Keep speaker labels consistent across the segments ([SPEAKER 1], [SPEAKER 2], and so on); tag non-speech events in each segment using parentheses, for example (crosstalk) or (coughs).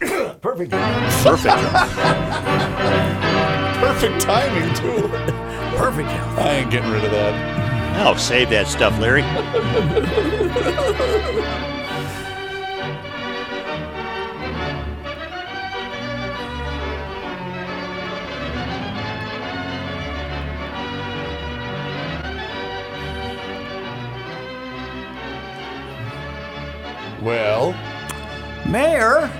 [SPEAKER 1] Perfect.
[SPEAKER 2] Perfect. (laughs) Perfect timing, too.
[SPEAKER 1] Perfect.
[SPEAKER 2] I ain't getting rid of that. No, Oh, save that stuff, Larry. Well,
[SPEAKER 1] Mayor,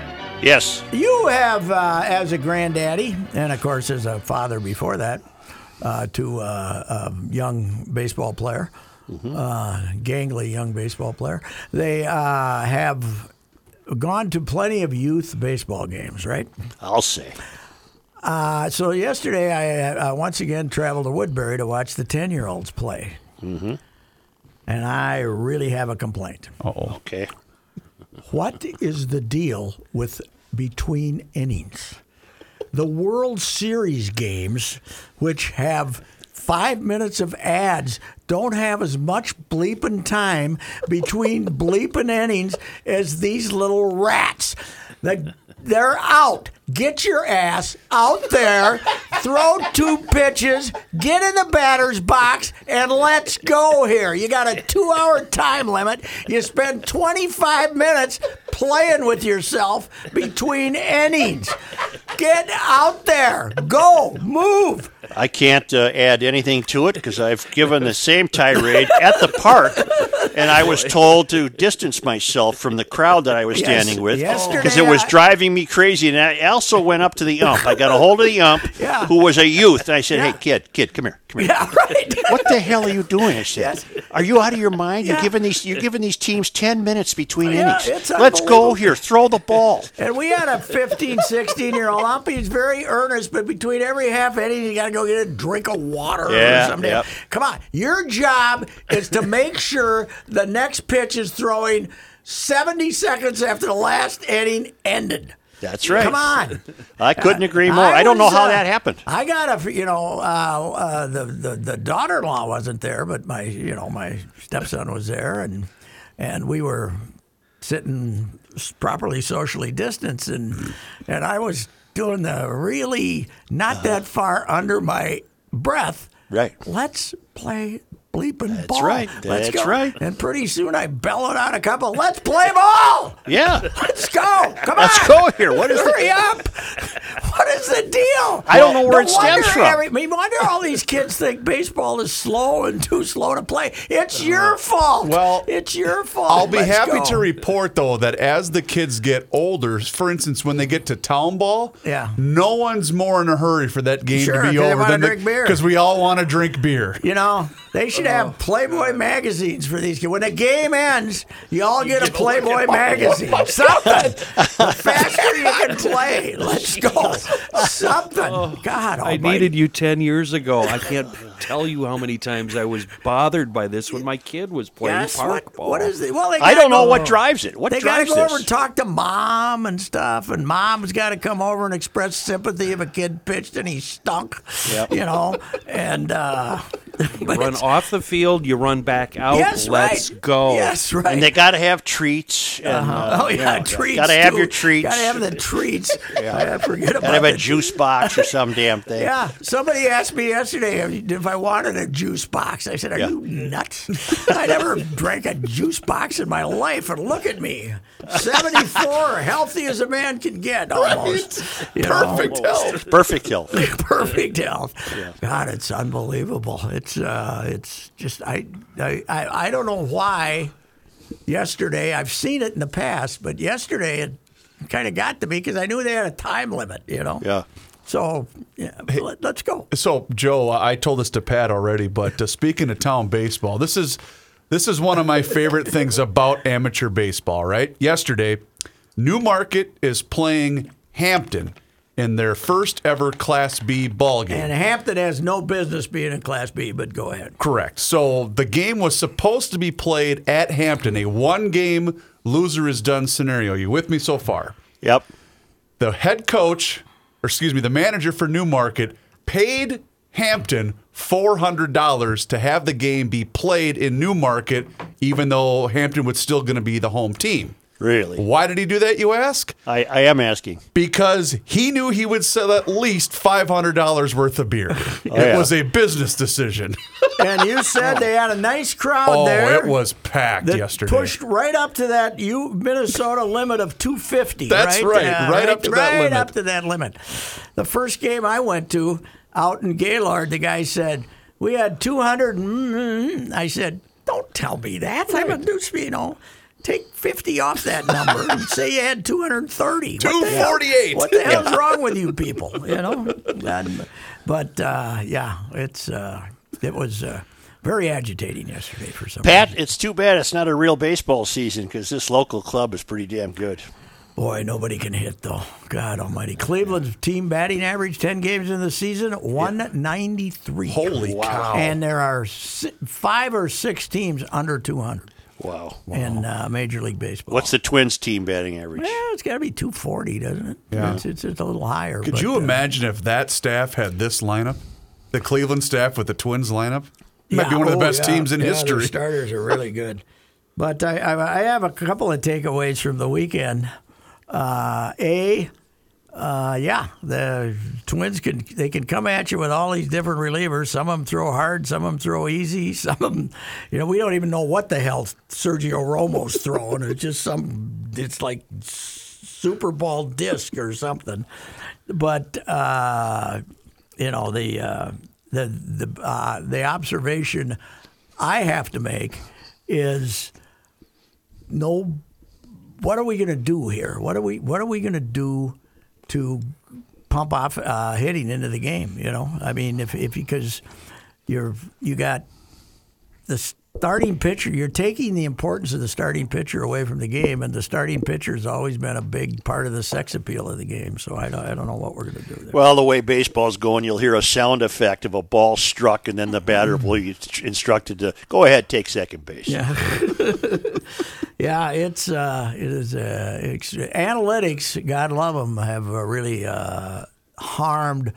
[SPEAKER 2] yes.
[SPEAKER 1] you have, uh, as a granddaddy, and of course as a father before that, uh, to uh, a young baseball player, uh, gangly young baseball player, they uh, have gone to plenty of youth baseball games, right?
[SPEAKER 2] I'll say.
[SPEAKER 1] Uh, so yesterday, I, I once again traveled to Woodbury to watch the ten-year-olds play, and I really have a complaint.
[SPEAKER 2] Okay.
[SPEAKER 1] What is the deal with between innings? The World Series games, which have five minutes of ads, don't have as much bleeping time between (laughs) bleeping innings as these little rats. They, they're out. Get your ass out there, throw two pitches, get in the batter's box, and let's go here. You got a two hour time limit. You spend 25 minutes playing with yourself between innings. Get out there. Go. Move. (laughs)
[SPEAKER 2] I can't uh, add anything to it because I've given the same tirade at the park, and I was told to distance myself from the crowd that I was
[SPEAKER 1] Yes,
[SPEAKER 2] standing with because
[SPEAKER 1] yesterday
[SPEAKER 2] it was
[SPEAKER 1] I-
[SPEAKER 2] driving me crazy. And I also went up to the ump. I got a hold of the ump,
[SPEAKER 1] (laughs) Yeah.
[SPEAKER 2] who was a youth, and I said,
[SPEAKER 1] Yeah.
[SPEAKER 2] "Hey, kid, kid, come here, come here."
[SPEAKER 1] Yeah, right.
[SPEAKER 2] What the hell are you doing? I said, "Are you out of your mind? You're
[SPEAKER 1] Yeah.
[SPEAKER 2] giving these you're giving these teams ten minutes between
[SPEAKER 1] Yeah,
[SPEAKER 2] innings.
[SPEAKER 1] it's
[SPEAKER 2] Let's
[SPEAKER 1] unbelievable.
[SPEAKER 2] go here, throw the ball."
[SPEAKER 1] And we had a 15, 16 year old ump. He's very earnest, but between every half inning, you got to go get a drink of water
[SPEAKER 2] Yeah,
[SPEAKER 1] or something.
[SPEAKER 2] yep.
[SPEAKER 1] Come on. Your job is to make sure the next pitch is throwing 70 seconds after the last inning ended.
[SPEAKER 2] That's right.
[SPEAKER 1] Come on.
[SPEAKER 2] I couldn't agree more. I, don't know
[SPEAKER 1] was,
[SPEAKER 2] how
[SPEAKER 1] uh,
[SPEAKER 2] that happened.
[SPEAKER 1] I got a, you know, uh, uh, the, the the daughter-in-law wasn't there, but my, you know, my stepson was there, and and we were sitting s- properly socially distanced, and and I was doing the really not that far under my breath.
[SPEAKER 2] Uh-huh. Right.
[SPEAKER 1] Let's play bleeping That's ball.
[SPEAKER 2] right.
[SPEAKER 1] Let's
[SPEAKER 2] That's
[SPEAKER 1] go.
[SPEAKER 2] right.
[SPEAKER 1] And pretty soon I bellowed out a couple. Let's play ball.
[SPEAKER 2] Yeah.
[SPEAKER 1] Let's go. Come
[SPEAKER 2] Let's
[SPEAKER 1] on.
[SPEAKER 2] go here. What is the-
[SPEAKER 1] Hurry up. What is the deal?
[SPEAKER 2] I don't know where it stems
[SPEAKER 1] wonder
[SPEAKER 2] from.
[SPEAKER 1] Every, I mean, wonder all these kids think baseball is slow and too slow to play. It's
[SPEAKER 2] Uh-huh.
[SPEAKER 1] your fault.
[SPEAKER 3] well,
[SPEAKER 1] it's your fault.
[SPEAKER 3] I'll be
[SPEAKER 1] Let's
[SPEAKER 3] happy
[SPEAKER 1] go.
[SPEAKER 3] to report though that as the kids get older, for instance, when they get to town ball,
[SPEAKER 1] Yeah.
[SPEAKER 3] no one's more in a hurry for that game
[SPEAKER 1] Sure,
[SPEAKER 3] to be
[SPEAKER 1] 'cause they
[SPEAKER 3] over
[SPEAKER 1] wanna
[SPEAKER 3] than
[SPEAKER 1] drink beer.
[SPEAKER 3] because we all want to drink beer.
[SPEAKER 1] You know, they should
[SPEAKER 2] Uh-huh.
[SPEAKER 1] have Playboy magazines for these kids. When the game ends, you all get, a Playboy magazine.
[SPEAKER 2] Oh
[SPEAKER 1] Something. the faster you
[SPEAKER 2] (laughs)
[SPEAKER 1] can play. Let's go. Something.
[SPEAKER 2] Oh,
[SPEAKER 1] God
[SPEAKER 4] I
[SPEAKER 1] almighty.
[SPEAKER 4] needed you 10 years ago. I can't tell you how many times I was bothered by this when my kid was playing
[SPEAKER 1] Yes,
[SPEAKER 4] park
[SPEAKER 1] what,
[SPEAKER 4] ball.
[SPEAKER 1] what is the, well, they
[SPEAKER 2] I
[SPEAKER 1] gotta
[SPEAKER 2] don't know
[SPEAKER 1] go-
[SPEAKER 2] what drives it. What
[SPEAKER 1] Oh. they
[SPEAKER 2] drives
[SPEAKER 1] gotta go
[SPEAKER 2] this?
[SPEAKER 1] over and talk to mom and stuff, and mom's got to come over and express sympathy if a kid pitched and he stunk, you know. And uh,
[SPEAKER 4] You run off the field, you run back out.
[SPEAKER 1] Yes, right.
[SPEAKER 4] let's go.
[SPEAKER 1] Yes, right.
[SPEAKER 2] Oh, And they got to have treats. And, uh,
[SPEAKER 1] oh
[SPEAKER 2] you
[SPEAKER 1] yeah,
[SPEAKER 2] know,
[SPEAKER 1] treats.
[SPEAKER 2] Got to have
[SPEAKER 1] too.
[SPEAKER 2] your treats.
[SPEAKER 1] Gotta have
[SPEAKER 2] (laughs)
[SPEAKER 1] the treats. I forget about
[SPEAKER 2] Gotta have a
[SPEAKER 1] the-
[SPEAKER 2] juice box or some damn thing.
[SPEAKER 1] Yeah, somebody asked me yesterday if I wanted a juice box. I said, "Are
[SPEAKER 2] Yeah.
[SPEAKER 1] you nuts? I never drank a juice box in my life." And look at me, seventy-four, healthy as a man can get, almost. You know?
[SPEAKER 3] Perfect health.
[SPEAKER 2] Perfect health.
[SPEAKER 1] (laughs) perfect health. God, it's unbelievable. It's uh, it's just I, I I I don't know why. Yesterday, I've seen it in the past, but yesterday it kind of got to me because I knew they had a time limit. You know.
[SPEAKER 2] Yeah.
[SPEAKER 1] So yeah, let, let's go.
[SPEAKER 3] So, Joe, I I told this to Pat already, but uh, speaking of town baseball, this is this is one of my favorite things about amateur baseball. Right? Yesterday, Newmarket is playing Hampton in their first ever Class B ball game.
[SPEAKER 1] And Hampton has no business being in Class B, but go ahead.
[SPEAKER 3] Correct. So the game was supposed to be played at Hampton, a one game loser is done scenario. You with me so far?
[SPEAKER 2] Yep.
[SPEAKER 3] The head coach, or excuse me, the manager for Newmarket paid Hampton $400 to have the game be played in Newmarket, even though Hampton was still going to be the home team.
[SPEAKER 2] Really.
[SPEAKER 3] Why did he do that, you ask?
[SPEAKER 2] I, I am asking.
[SPEAKER 3] because he knew he would sell at least $500 worth of beer. it
[SPEAKER 2] yeah.
[SPEAKER 3] was a business decision.
[SPEAKER 1] And you said they had a nice crowd
[SPEAKER 3] oh,
[SPEAKER 1] there.
[SPEAKER 3] it was packed
[SPEAKER 1] that
[SPEAKER 3] yesterday.
[SPEAKER 1] Pushed right up to that U Minnesota limit of 250.
[SPEAKER 3] That's right, right up to that
[SPEAKER 1] right
[SPEAKER 3] limit.
[SPEAKER 1] up to that limit. The first game I went to out in Gaylord, the guy said we had 200. mm, I said, "Don't tell me that. I'm a douche, you know." Take 50 off that number
[SPEAKER 3] (laughs)
[SPEAKER 1] and say you had 230. What the hell-
[SPEAKER 3] 248.
[SPEAKER 1] What the hell's wrong with
[SPEAKER 3] (laughs)
[SPEAKER 1] you people? You know? And- but uh, yeah, it's uh, it was uh, very agitating yesterday for some reason.
[SPEAKER 2] Pat, it's too bad it's not a real baseball season because this local club is pretty damn good.
[SPEAKER 1] Boy, nobody can hit though. God Almighty! Cleveland's team batting average ten games in the season one ninety three.
[SPEAKER 3] Holy cow.
[SPEAKER 1] And there are si- five or six teams under two hundred
[SPEAKER 2] Wow.
[SPEAKER 1] in uh, Major League Baseball.
[SPEAKER 2] What's the Twins team batting average?
[SPEAKER 1] yeah, it's got to be two forty, doesn't it?
[SPEAKER 3] Yeah.
[SPEAKER 1] It's, it's, it's a little higher.
[SPEAKER 3] Could
[SPEAKER 1] but,
[SPEAKER 3] you
[SPEAKER 1] uh,
[SPEAKER 3] imagine if that staff had this lineup? The Cleveland staff with the Twins lineup? Might
[SPEAKER 1] yeah,
[SPEAKER 3] be one of the
[SPEAKER 1] oh,
[SPEAKER 3] best
[SPEAKER 1] yeah,
[SPEAKER 3] teams in
[SPEAKER 1] yeah, their
[SPEAKER 3] history.
[SPEAKER 1] starters are
[SPEAKER 3] (laughs)
[SPEAKER 1] really good. But I, I, I have a couple of takeaways from the weekend. Uh, a, uh, yeah, the Twins can they can come at you with all these different relievers. Some of them throw hard, some of them throw easy, (laughs) some of them, you know, we don't even know what the hell Sergio Romo's throwing. It's just some, it's like Super Bowl disc or something. But uh, you know the uh, the the uh, the observation I have to make is no. What are we going to do here? What are we What are we going to do to pump off uh, hitting into the game? You know, I mean, if if because you're you got the starting pitcher, you're taking the importance of the starting pitcher away from the game, and the starting pitcher has always been a big part of the sex appeal of the game. So I don't, I don't know what we're going to do there.
[SPEAKER 2] Well, the way baseball's going, you'll hear a sound effect of a ball struck, and then the batter will be instructed to go ahead, take second base.
[SPEAKER 1] Yeah, it's uh, it is uh, it's, analytics. God love them have uh, really uh, harmed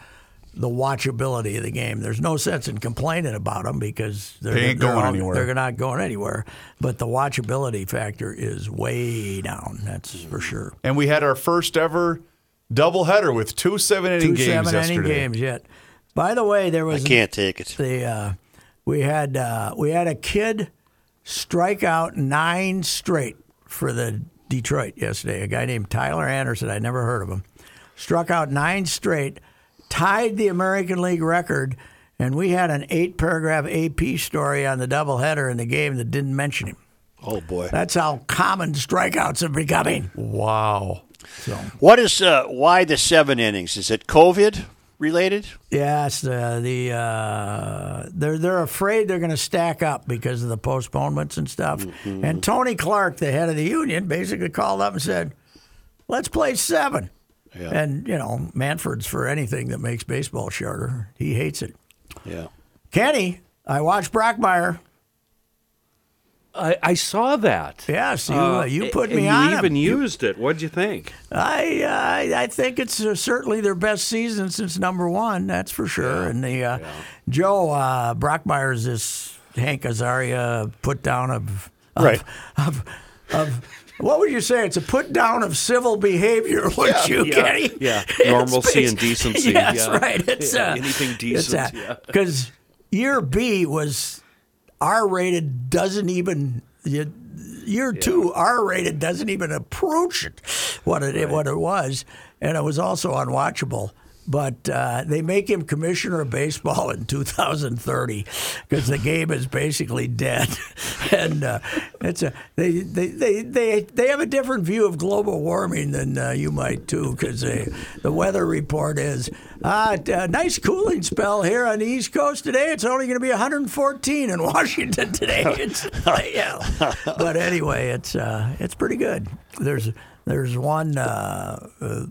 [SPEAKER 1] the watchability of the game. There's no sense in complaining about them because they're,
[SPEAKER 3] They ain't
[SPEAKER 1] they're
[SPEAKER 3] going
[SPEAKER 1] all-
[SPEAKER 3] anywhere.
[SPEAKER 1] They're not going anywhere. But the watchability factor is way down. That's for sure.
[SPEAKER 3] And we had our first ever doubleheader with two seven
[SPEAKER 1] Two
[SPEAKER 3] inning games
[SPEAKER 1] seven inning
[SPEAKER 3] yesterday.
[SPEAKER 1] games yet. By the way, there
[SPEAKER 2] I
[SPEAKER 1] was
[SPEAKER 2] can't take it.
[SPEAKER 1] the uh, we had uh, we had a kid strike out nine straight for the Detroit yesterday. A guy named Tyler Anderson. I never heard of him. Struck out nine straight, tied the American League record, and we had an eight-paragraph AP story on the doubleheader in the game that didn't mention him.
[SPEAKER 2] Oh, boy.
[SPEAKER 1] That's how common strikeouts are becoming.
[SPEAKER 3] Wow.
[SPEAKER 2] What is, uh, why the seven innings? Is it COVID related?
[SPEAKER 1] Yes, the the uh, they're they're afraid they're going to stack up because of the postponements and stuff.
[SPEAKER 4] Mm-hmm.
[SPEAKER 1] And Tony Clark, the head of the union, basically called up and said, "Let's play seven. And you know, Manford's for anything that makes baseball shorter. He hates it.
[SPEAKER 2] Yeah.
[SPEAKER 1] Kenny, I watched Brockmeyer.
[SPEAKER 4] I, I saw that.
[SPEAKER 1] Yes, you,
[SPEAKER 4] Uh,
[SPEAKER 1] uh, you put
[SPEAKER 4] and
[SPEAKER 1] me
[SPEAKER 4] you
[SPEAKER 1] on
[SPEAKER 4] even
[SPEAKER 1] 'em.
[SPEAKER 4] used it. What'd you think?
[SPEAKER 1] I, I I think it's uh, certainly their best season since number one. That's for sure. and the uh, Joe uh, Brockmeyer's this Hank Azaria put down of, of
[SPEAKER 2] Right.
[SPEAKER 1] of of. What would you say? It's a put down of civil behavior, (laughs) would you,
[SPEAKER 4] yeah,
[SPEAKER 1] Kenny?
[SPEAKER 4] yeah.
[SPEAKER 1] (laughs) It's
[SPEAKER 4] Normalcy
[SPEAKER 1] bas-
[SPEAKER 4] and
[SPEAKER 1] (laughs)
[SPEAKER 4] decency,
[SPEAKER 1] Yes,
[SPEAKER 4] yeah.
[SPEAKER 1] right. It's
[SPEAKER 4] Yeah,
[SPEAKER 1] uh,
[SPEAKER 4] anything decent, yeah.
[SPEAKER 1] Because year B was R rated, doesn't even you- year two R rated doesn't even approach it, what it what it was, and it was also unwatchable. But uh, they make him commissioner of baseball in 2030 because the game is basically dead, (laughs) and uh, it's a they, they, they, they, they have a different view of global warming than uh, you might too because the weather report is uh, t- uh, nice cooling spell here on the East Coast today. It's only going to be 114 in Washington today. It's, yeah. But anyway, it's uh, it's pretty good. There's there's one. Uh, uh,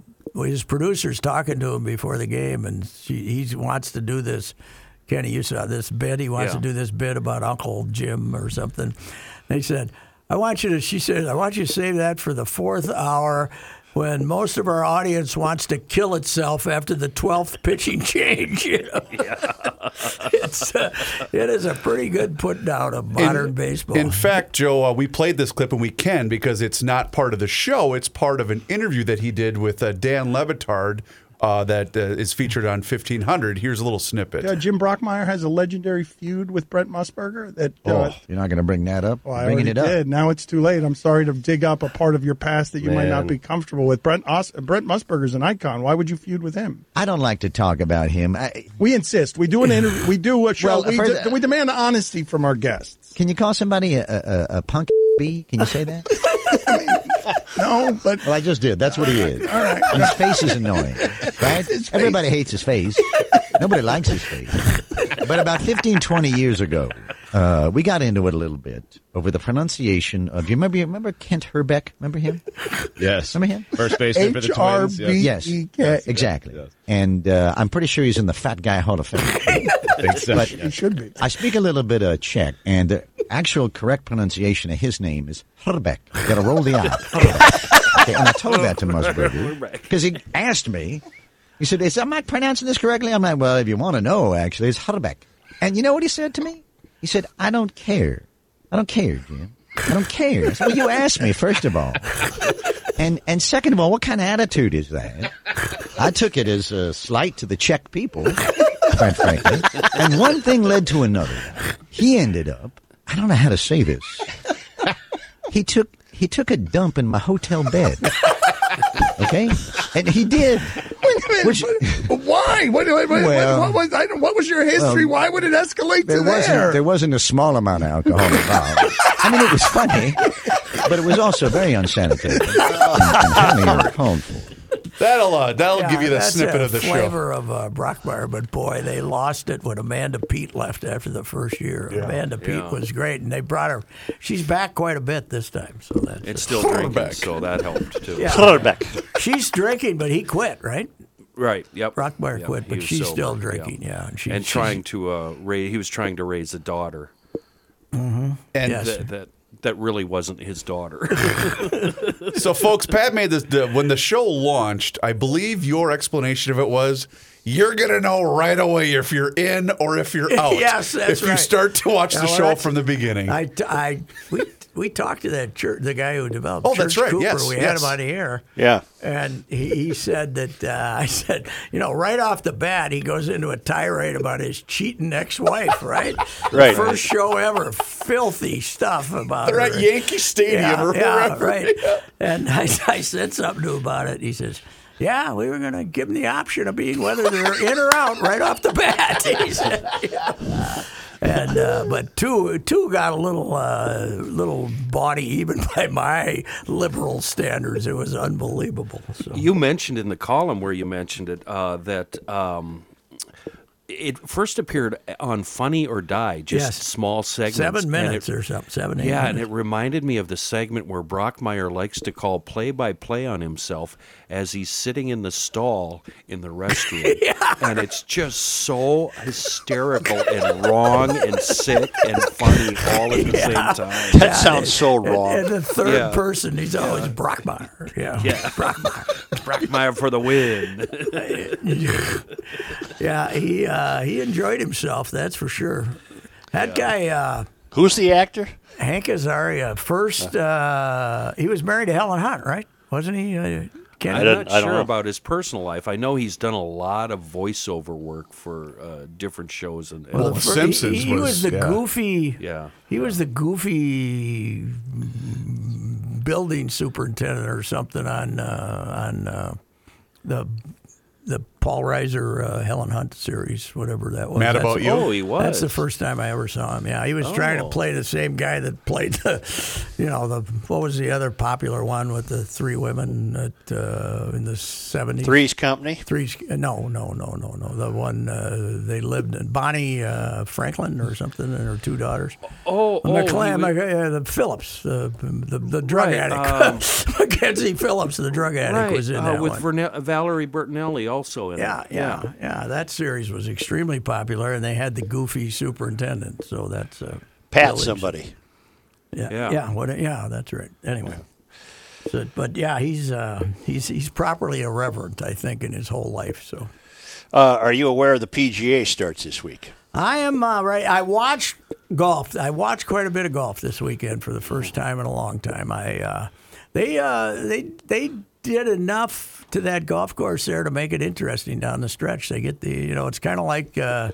[SPEAKER 1] his producer's talking to him before the game, and she, he wants to do this. Kenny, you saw this bit. He wants
[SPEAKER 4] Yeah.
[SPEAKER 1] to do this bit about Uncle Jim or something. They said, I want you to, she said, I want you to save that for the fourth hour when most of our audience wants to kill itself after the 12th pitching (laughs) change. You know? it's, uh, it is a pretty good put down of modern baseball.
[SPEAKER 3] In fact, Joe, uh, we played this clip and we can because it's not part of the show. It's part of an interview that he did with uh, Dan Levitard uh, that uh, is featured on 1500. Here's a little snippet.
[SPEAKER 5] Yeah, Jim Brockmeyer has a legendary feud with Brent Musburger that uh,
[SPEAKER 6] Oh, you're not going to bring that up.
[SPEAKER 5] well, I
[SPEAKER 6] Bringing
[SPEAKER 5] already
[SPEAKER 6] it up.
[SPEAKER 5] did. Now it's too late. I'm sorry to dig up a part of your past that you might
[SPEAKER 6] Man.
[SPEAKER 5] not be comfortable with. Brent Os- Brent Musburger's an icon. Why would you feud with him?
[SPEAKER 6] I don't like to talk about him. I,
[SPEAKER 5] We insist. We do an interview. We do a show.
[SPEAKER 6] Well,
[SPEAKER 5] we,
[SPEAKER 6] first-
[SPEAKER 5] de- we demand honesty from our guests.
[SPEAKER 6] can you call somebody a, a, a- a punk (laughs) bee? Can you say that?
[SPEAKER 5] (laughs) No, (laughs) but
[SPEAKER 6] well, I just did. That's what he is. All right. His face is
[SPEAKER 5] (laughs)
[SPEAKER 6] annoying, right? Everybody hates his face. Nobody likes his face. But about 15, 20 years ago, uh, we got into it a little bit over the pronunciation of. Do you remember? You remember Kent Herbeck? Remember him?
[SPEAKER 7] Yes.
[SPEAKER 6] Remember him?
[SPEAKER 7] First baseman for the Twins.
[SPEAKER 5] HRB.
[SPEAKER 7] Yeah.
[SPEAKER 6] Yes.
[SPEAKER 5] Yes.
[SPEAKER 6] Exactly.
[SPEAKER 7] Yes.
[SPEAKER 6] And uh, I'm pretty sure he's in the Fat Guy Hall of Fame.
[SPEAKER 7] I (laughs) think so.
[SPEAKER 6] But-
[SPEAKER 5] it should be.
[SPEAKER 6] I speak a little bit of Czech, and the actual correct pronunciation of his name is Herbeck. You gotta roll the I. Herbeck. okay, and I told that to Musburger because he asked me. He said, is, "Am I pronouncing this correctly?" I'm like, "Well, if you want to know, actually, it's Herbeck." And you know what he said to me? He said, "I don't care. I don't care, Jim. I don't care." I said, well, you asked me first of all, and and second of all, what kind of attitude is that? I took it as a slight to the Czech people, quite frankly. And one thing led to another. He ended up, I don't know how to say this. He took he took a dump in my hotel bed. Okay? And he did. Which,
[SPEAKER 5] Why? What, what, what-
[SPEAKER 6] Well-
[SPEAKER 5] what was, I, don't- what was your history?
[SPEAKER 6] Well,
[SPEAKER 5] Why would it escalate
[SPEAKER 6] there
[SPEAKER 5] to
[SPEAKER 6] wasn't
[SPEAKER 5] there?
[SPEAKER 6] there wasn't a small amount of alcohol involved. I mean it was funny, but it was also
[SPEAKER 5] (laughs)
[SPEAKER 6] very unsanitary and, and highly harmful.
[SPEAKER 3] That'll uh, that'll
[SPEAKER 1] Yeah,
[SPEAKER 3] give you the
[SPEAKER 1] that's
[SPEAKER 3] snippet
[SPEAKER 1] a
[SPEAKER 3] of the show.
[SPEAKER 1] flavor of uh, Brockmeyer, but boy, they lost it when Amanda Pete left after the first year. Amanda Pete was great, and they brought her. She's back quite a bit this time, so that's
[SPEAKER 4] It's still drinking, so that helped too.
[SPEAKER 1] Yeah.
[SPEAKER 2] Quarterback.
[SPEAKER 1] She's drinking, but he quit, right?
[SPEAKER 4] Right. Yep.
[SPEAKER 1] Rockmeyer
[SPEAKER 4] Yep,
[SPEAKER 1] quit,
[SPEAKER 4] he
[SPEAKER 1] but
[SPEAKER 4] was
[SPEAKER 1] she's still
[SPEAKER 4] sober,
[SPEAKER 1] drinking. Yeah, and, she,
[SPEAKER 4] And
[SPEAKER 1] she's-
[SPEAKER 4] trying to uh, raise, he was trying to raise a daughter
[SPEAKER 3] And
[SPEAKER 1] Yes.
[SPEAKER 4] that that, that really wasn't his daughter. (laughs)
[SPEAKER 3] so, folks, Pat made this the, when the show launched. I believe your explanation of it was. You're gonna know right away if you're in or
[SPEAKER 1] (laughs)
[SPEAKER 3] if you're out.
[SPEAKER 1] Yes, that's
[SPEAKER 3] if you
[SPEAKER 1] right.
[SPEAKER 3] start to watch
[SPEAKER 1] Yeah,
[SPEAKER 3] the
[SPEAKER 1] well,
[SPEAKER 3] show
[SPEAKER 1] that's-
[SPEAKER 3] from the beginning.
[SPEAKER 1] I, I, we, we talked to that church, the guy who developed.
[SPEAKER 3] Oh, that's
[SPEAKER 1] Church
[SPEAKER 3] right.
[SPEAKER 1] Cooper.
[SPEAKER 3] Yes,
[SPEAKER 1] we had
[SPEAKER 3] yes.
[SPEAKER 1] him on here.
[SPEAKER 2] Yeah.
[SPEAKER 1] And he, he said that uh, (laughs) I said, you know, right off the bat, he goes into a tirade about his cheating ex-wife,
[SPEAKER 3] (laughs)
[SPEAKER 1] right?
[SPEAKER 2] Right.
[SPEAKER 1] First show ever, filthy stuff about
[SPEAKER 3] They're
[SPEAKER 1] her.
[SPEAKER 3] at Yankee Stadium
[SPEAKER 1] yeah,
[SPEAKER 3] or
[SPEAKER 1] yeah,
[SPEAKER 3] wherever.
[SPEAKER 1] right.
[SPEAKER 3] (laughs)
[SPEAKER 1] And I, I said something to him about it. He says, "Yeah, we were going to give them the option of being whether they're in or out right off the bat." (laughs) He said, yeah. And uh, but two two got a little uh, little body even (laughs) by my liberal standards. It was unbelievable. So.
[SPEAKER 4] you mentioned in the column where you mentioned it uh, that um, it first appeared on Funny or Die, just
[SPEAKER 1] Yes.
[SPEAKER 4] small segments.
[SPEAKER 1] Seven
[SPEAKER 4] and
[SPEAKER 1] minutes
[SPEAKER 4] it-
[SPEAKER 1] or something. Seven, eight
[SPEAKER 4] yeah, and it
[SPEAKER 1] minutes.
[SPEAKER 4] reminded me of the segment where Brockmeyer likes to call play-by-play on himself as he's sitting in the stall in
[SPEAKER 1] (laughs)
[SPEAKER 4] the restroom, and it's just so hysterical and wrong and sick and funny all at the same time.
[SPEAKER 2] That sounds so wrong.
[SPEAKER 1] And the third
[SPEAKER 4] Yeah.
[SPEAKER 1] person, he's always Brockmeyer. Yeah. Yeah.
[SPEAKER 4] Brockmeyer for the win.
[SPEAKER 1] yeah, he uh, he enjoyed himself, that's for sure. That guy, uh,
[SPEAKER 2] Who's the actor?
[SPEAKER 1] Hank Azaria, first, uh, he was married to Helen Hunt, right? Wasn't he? Uh,
[SPEAKER 4] I'm
[SPEAKER 2] don't-
[SPEAKER 1] Ken,
[SPEAKER 4] not
[SPEAKER 2] I don't
[SPEAKER 4] sure
[SPEAKER 2] know.
[SPEAKER 4] about his personal life. I know he's done a lot of voiceover work for uh, different shows and, and
[SPEAKER 1] Well, the
[SPEAKER 3] Well,
[SPEAKER 1] fir-
[SPEAKER 3] Simpsons
[SPEAKER 1] he, he
[SPEAKER 3] was-
[SPEAKER 1] was, the
[SPEAKER 3] yeah.
[SPEAKER 1] goofy.
[SPEAKER 4] Yeah.
[SPEAKER 1] He was the goofy building superintendent or something on uh, on uh, the the Paul Reiser uh, Helen Hunt series, whatever that was.
[SPEAKER 3] Mad About You?
[SPEAKER 4] Oh, he was.
[SPEAKER 1] That's the first time I ever saw him. Yeah, he was trying to
[SPEAKER 4] Oh.
[SPEAKER 1] play the same guy that played the, you know, the what was the other popular one with the three women at, uh, in the seventies?
[SPEAKER 2] Three's Company.
[SPEAKER 1] Three. uh, No, no, no, no, no. The one uh, they lived in, Bonnie uh, Franklin or something, and her two daughters.
[SPEAKER 4] Oh,
[SPEAKER 1] The
[SPEAKER 4] oh,
[SPEAKER 1] McClam,
[SPEAKER 4] he was-
[SPEAKER 1] uh, the Phillips, the the, the drug
[SPEAKER 4] Right, um,
[SPEAKER 1] addict, (laughs) Mackenzie Phillips, the drug addict,
[SPEAKER 4] right,
[SPEAKER 1] was in
[SPEAKER 4] uh,
[SPEAKER 1] that
[SPEAKER 4] with
[SPEAKER 1] one.
[SPEAKER 4] Verne- Valerie Bertinelli also in
[SPEAKER 1] yeah,
[SPEAKER 4] it.
[SPEAKER 1] yeah, yeah, That series was extremely popular, and they had the goofy superintendent. So that's uh,
[SPEAKER 2] Pat
[SPEAKER 1] Phillips.
[SPEAKER 2] somebody.
[SPEAKER 1] Yeah, yeah,
[SPEAKER 4] Yeah.
[SPEAKER 1] what, yeah. That's right. Anyway, so, but yeah, he's uh, he's he's properly irreverent, I think, in his whole life. So.
[SPEAKER 2] Uh, are you aware the PGA starts this week?
[SPEAKER 1] I am uh, right. I watched golf. I watched quite a bit of golf this weekend for the first time in a long time. I uh, they uh, they they did enough to that golf course there to make it interesting down the stretch. They get the you know it's kind of like. Uh,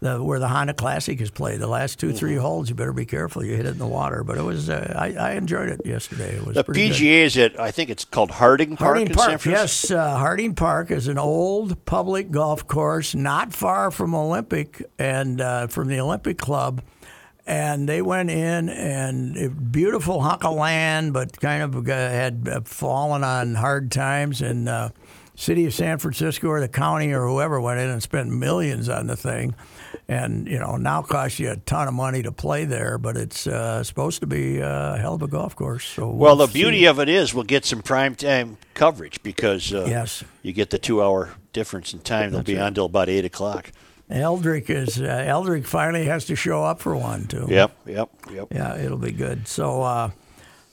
[SPEAKER 1] the, where the Honda Classic is played, the last two, three holes, you better be careful. You hit it in the water, but it was uh, I, I enjoyed it yesterday. It was
[SPEAKER 2] The
[SPEAKER 1] pretty good.
[SPEAKER 2] PGA is at I think it's called Harding Park
[SPEAKER 1] Harding
[SPEAKER 2] in San
[SPEAKER 1] Park,
[SPEAKER 2] Francisco.
[SPEAKER 1] yes. Uh, Harding Park is an old public golf course not far from Olympic and uh, from the Olympic Club. And they went in and a beautiful hunk of land, but kind of uh, had uh, fallen on hard times. And uh, city of San Francisco or the county or whoever went in and spent millions on the thing. And, you know, now costs you a ton of money to play there, but it's uh, supposed to be uh, a hell of a golf course. So
[SPEAKER 2] Well, the
[SPEAKER 1] we'll see.
[SPEAKER 2] beauty of it is we'll get some prime time coverage because uh,
[SPEAKER 1] Yes.
[SPEAKER 2] you get the two hour difference in time. They'll be on till about eight o'clock.
[SPEAKER 1] Eldrick is uh, Eldrick finally has to show up for one too.
[SPEAKER 2] Yep, yep, yep.
[SPEAKER 1] Yeah, it'll be good. So uh,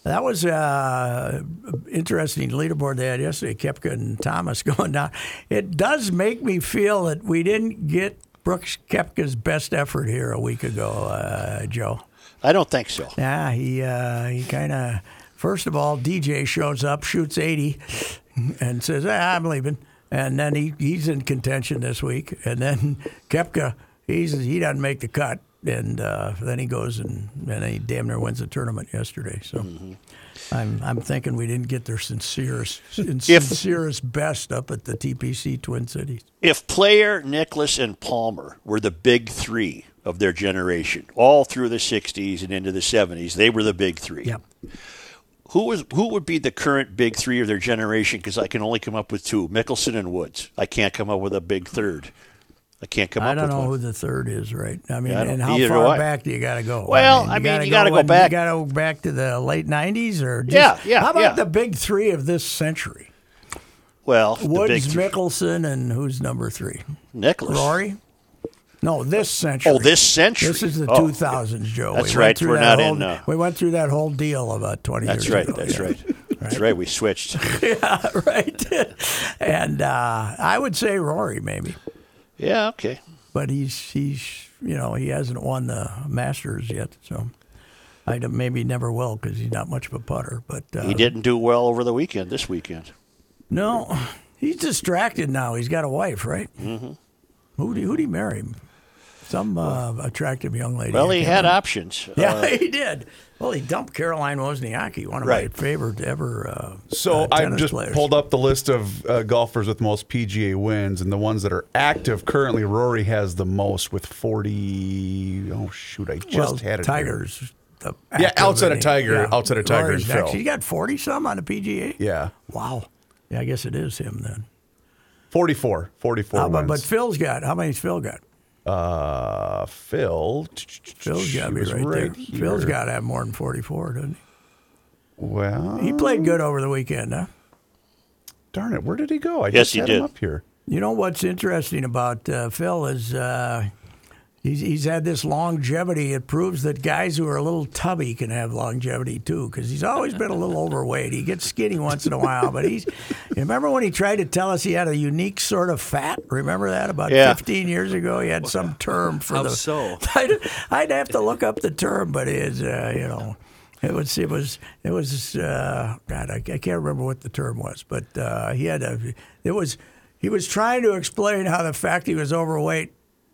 [SPEAKER 1] that was uh, interesting leaderboard they had yesterday. Kepka and Thomas (laughs) going down. It does make me feel that we didn't get Brooks Kepka's best effort here a week ago, uh, Joe.
[SPEAKER 2] I don't think so.
[SPEAKER 1] Yeah, he uh, he kind of first of all DJ shows up, shoots eighty, and says, ah, "I'm leaving," and then he, he's in contention this week, and then Kepka he's he doesn't make the cut, and uh, then he goes and and he damn near wins the tournament yesterday. So. I'm, I'm thinking we didn't get their sincerest, sincerest best up at the TPC Twin Cities.
[SPEAKER 2] If Player, Nicholas, and Palmer were the big three of their generation, all through the '60s and into the '70s, they were the big three.
[SPEAKER 1] Yep.
[SPEAKER 2] Who was who would be the current big three of their generation? Because I can only come up with two: Mickelson and Woods. I can't come up with a big third. I can't come
[SPEAKER 1] I
[SPEAKER 2] up
[SPEAKER 1] don't
[SPEAKER 2] with
[SPEAKER 1] know
[SPEAKER 2] one.
[SPEAKER 1] who the third is, right? I mean,
[SPEAKER 2] Yeah, I don't-
[SPEAKER 1] and how
[SPEAKER 2] either do
[SPEAKER 1] far
[SPEAKER 2] I.
[SPEAKER 1] back do you got to go?
[SPEAKER 2] Well, I mean, you gotta go
[SPEAKER 1] when-
[SPEAKER 2] back-
[SPEAKER 1] You got to go back to the late '90s, or just,
[SPEAKER 2] Yeah, yeah,
[SPEAKER 1] How about
[SPEAKER 2] yeah.
[SPEAKER 1] the big three of this century?
[SPEAKER 2] well, the big
[SPEAKER 1] Woods,
[SPEAKER 2] three.
[SPEAKER 1] Mickelson, and who's number three?
[SPEAKER 2] Nicholas.
[SPEAKER 1] Rory. No, this century.
[SPEAKER 2] Oh, this century.
[SPEAKER 1] This is the
[SPEAKER 2] Oh,
[SPEAKER 1] 2000s, Joe.
[SPEAKER 2] That's
[SPEAKER 1] went
[SPEAKER 2] right,
[SPEAKER 1] through
[SPEAKER 2] we're
[SPEAKER 1] that
[SPEAKER 2] not
[SPEAKER 1] whole-
[SPEAKER 2] in, uh,
[SPEAKER 1] we went through that whole deal about 20
[SPEAKER 2] That's
[SPEAKER 1] years
[SPEAKER 2] right.
[SPEAKER 1] ago.
[SPEAKER 2] That's
[SPEAKER 1] (laughs) yeah.
[SPEAKER 2] right. That's right. We switched.
[SPEAKER 1] Yeah, right. (laughs) and uh, I would say Rory, maybe.
[SPEAKER 2] Yeah. Okay.
[SPEAKER 1] but he's he's you know he hasn't won the Masters yet, so I don't- maybe never will because he's not much of a putter. But uh,
[SPEAKER 2] He didn't do well over the weekend. This weekend.
[SPEAKER 1] No, he's distracted now. He's got a wife, right? Mm-hmm. Who did who did he marry? Some uh, attractive young lady.
[SPEAKER 2] Well,
[SPEAKER 1] I
[SPEAKER 2] he
[SPEAKER 1] can't
[SPEAKER 2] had
[SPEAKER 1] remember.
[SPEAKER 2] options.
[SPEAKER 1] (laughs) Yeah,
[SPEAKER 2] Uh,
[SPEAKER 1] he did. Well, he dumped Caroline Wozniacki, one of
[SPEAKER 2] Right.
[SPEAKER 1] my favorite ever. Uh,
[SPEAKER 3] So
[SPEAKER 1] uh,
[SPEAKER 3] I
[SPEAKER 1] tennis
[SPEAKER 3] just
[SPEAKER 1] players.
[SPEAKER 3] pulled up the list of uh, golfers with most PGA wins, and the ones that are active currently, Rory has the most with forty. Oh shoot! I just
[SPEAKER 1] well,
[SPEAKER 3] had it. here.
[SPEAKER 1] Tigers. the
[SPEAKER 3] Yeah,
[SPEAKER 1] active
[SPEAKER 3] outside of
[SPEAKER 1] in-
[SPEAKER 3] Tiger- outside of Tiger
[SPEAKER 1] Rory's
[SPEAKER 3] is
[SPEAKER 1] next.
[SPEAKER 3] Phil.
[SPEAKER 1] He's got forty some on the PGA.
[SPEAKER 3] Yeah,
[SPEAKER 1] Wow. Yeah, I guess it is him then.
[SPEAKER 3] 44. 44
[SPEAKER 1] Uh, but,
[SPEAKER 3] wins.
[SPEAKER 1] but Phil's got how many's Phil got?
[SPEAKER 3] Uh, Phil.
[SPEAKER 1] Phil's got to be
[SPEAKER 3] was
[SPEAKER 1] right, there.
[SPEAKER 3] here.
[SPEAKER 1] Phil's got to have more than 44, doesn't
[SPEAKER 3] Well,
[SPEAKER 1] he? He played good over the weekend, huh?
[SPEAKER 3] darn it. Where did he go? I
[SPEAKER 2] Yes,
[SPEAKER 3] just
[SPEAKER 2] he
[SPEAKER 3] had
[SPEAKER 2] did.
[SPEAKER 3] him up here.
[SPEAKER 1] You know what's interesting about uh, Phil is uh, he's, he's had this longevity. It proves that guys who are a little tubby can have longevity too, because he's always been a little overweight. He gets skinny once in a while, but he's. you Remember when he tried to tell us he had a unique sort of fat? Remember that about
[SPEAKER 2] Yeah.
[SPEAKER 1] 15 years ago? He had some term for
[SPEAKER 4] How
[SPEAKER 1] the.
[SPEAKER 4] so?
[SPEAKER 1] (laughs) I'd, I'd have to look up the term, but it's uh, you know. It was it was it was uh, God I, I can't remember what the term was, but uh, he had a it was he was trying to explain how the fact he was overweight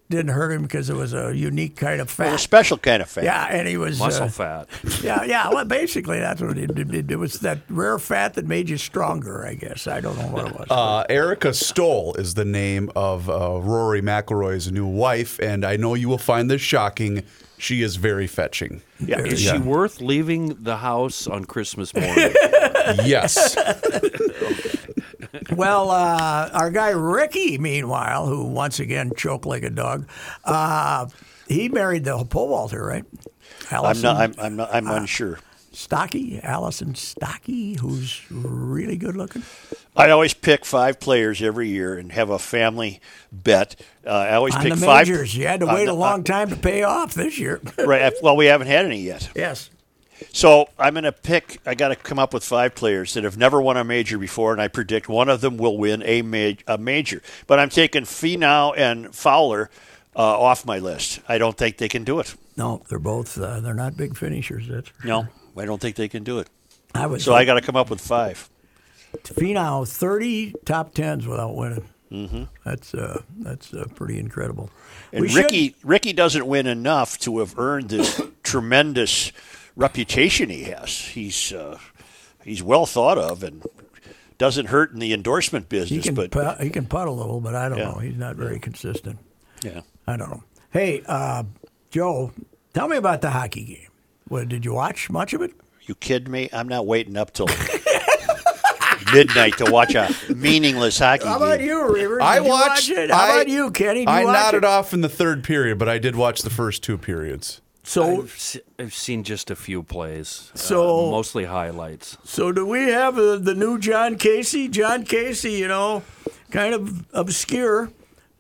[SPEAKER 1] didn't hurt him because it was a unique kind of
[SPEAKER 2] It was a
[SPEAKER 1] fat.
[SPEAKER 2] special kind of fat.
[SPEAKER 1] Yeah, and he was
[SPEAKER 4] Muscle
[SPEAKER 1] uh,
[SPEAKER 4] fat.
[SPEAKER 1] Yeah, yeah. Well, basically that's what it, it, it, it was that rare fat that made you stronger. I guess I don't know what it was.
[SPEAKER 3] Uh, Erica Stoll is the name of uh, Rory McIlroy's new wife, and I know you will find this shocking. She is very fetching.
[SPEAKER 4] Is she worth leaving the house on Christmas
[SPEAKER 1] (laughs)
[SPEAKER 4] morning?
[SPEAKER 3] yes.
[SPEAKER 1] Well, uh, our guy Ricky, meanwhile, who once again choked like a dog, uh, he married the Powalter, right?
[SPEAKER 2] I'm
[SPEAKER 1] Allison
[SPEAKER 2] not. I'm. I'm not.
[SPEAKER 1] Uh,
[SPEAKER 2] I'm unsure.
[SPEAKER 1] Stocky, Allison Stocky, who's really good looking.
[SPEAKER 2] I always pick five players every year and have a family bet. Uh, I always
[SPEAKER 1] On
[SPEAKER 2] pick
[SPEAKER 1] the
[SPEAKER 2] five.
[SPEAKER 1] majors, you had to
[SPEAKER 2] on
[SPEAKER 1] wait
[SPEAKER 2] the- uh,
[SPEAKER 1] a long time to pay off this
[SPEAKER 2] (laughs)
[SPEAKER 1] year.
[SPEAKER 2] Right. Well, we haven't had any yet.
[SPEAKER 1] yes.
[SPEAKER 2] So I'm going to pick. I got to come up with five players that have never won a major before, and I predict one of them will win a, ma- a major. But I'm taking Finau and Fowler uh, off my list. I don't think they can do it.
[SPEAKER 1] No, they're both uh, they're not big finishers. That's
[SPEAKER 2] No, I don't think they can do it.
[SPEAKER 1] I was
[SPEAKER 2] So I got to come up with five.
[SPEAKER 1] Finau thirty top tens without winning. Mm-hmm. That's uh, that's uh, pretty incredible.
[SPEAKER 2] And
[SPEAKER 1] We should-
[SPEAKER 2] Ricky Ricky doesn't win enough to have earned this (coughs) tremendous reputation he has. He's uh, he's well thought of and doesn't hurt in the endorsement
[SPEAKER 1] He
[SPEAKER 2] business.
[SPEAKER 1] can
[SPEAKER 2] but
[SPEAKER 1] putt, he can putt a little, but I don't
[SPEAKER 2] Yeah.
[SPEAKER 1] know. He's not very consistent.
[SPEAKER 2] yeah,
[SPEAKER 1] I don't know. Hey, uh, Joe, tell me about the hockey game. What, did you watch much of it?
[SPEAKER 2] you kidding me? I'm not waiting up till (laughs) midnight to watch a meaningless hockey
[SPEAKER 1] How about
[SPEAKER 2] game.
[SPEAKER 1] you, Reaver?
[SPEAKER 3] I
[SPEAKER 1] Did you watch
[SPEAKER 3] watched.
[SPEAKER 1] it. How
[SPEAKER 3] I,
[SPEAKER 1] about you, Kenny? Did
[SPEAKER 3] I
[SPEAKER 1] you watch
[SPEAKER 3] nodded
[SPEAKER 1] it?
[SPEAKER 3] off in the third period, but I did watch the first two periods.
[SPEAKER 1] So,
[SPEAKER 4] I've, se- I've seen just a few plays, uh,
[SPEAKER 1] So-
[SPEAKER 4] mostly highlights.
[SPEAKER 1] so do we have uh, the new John Casey? John Casey, you know, kind of obscure,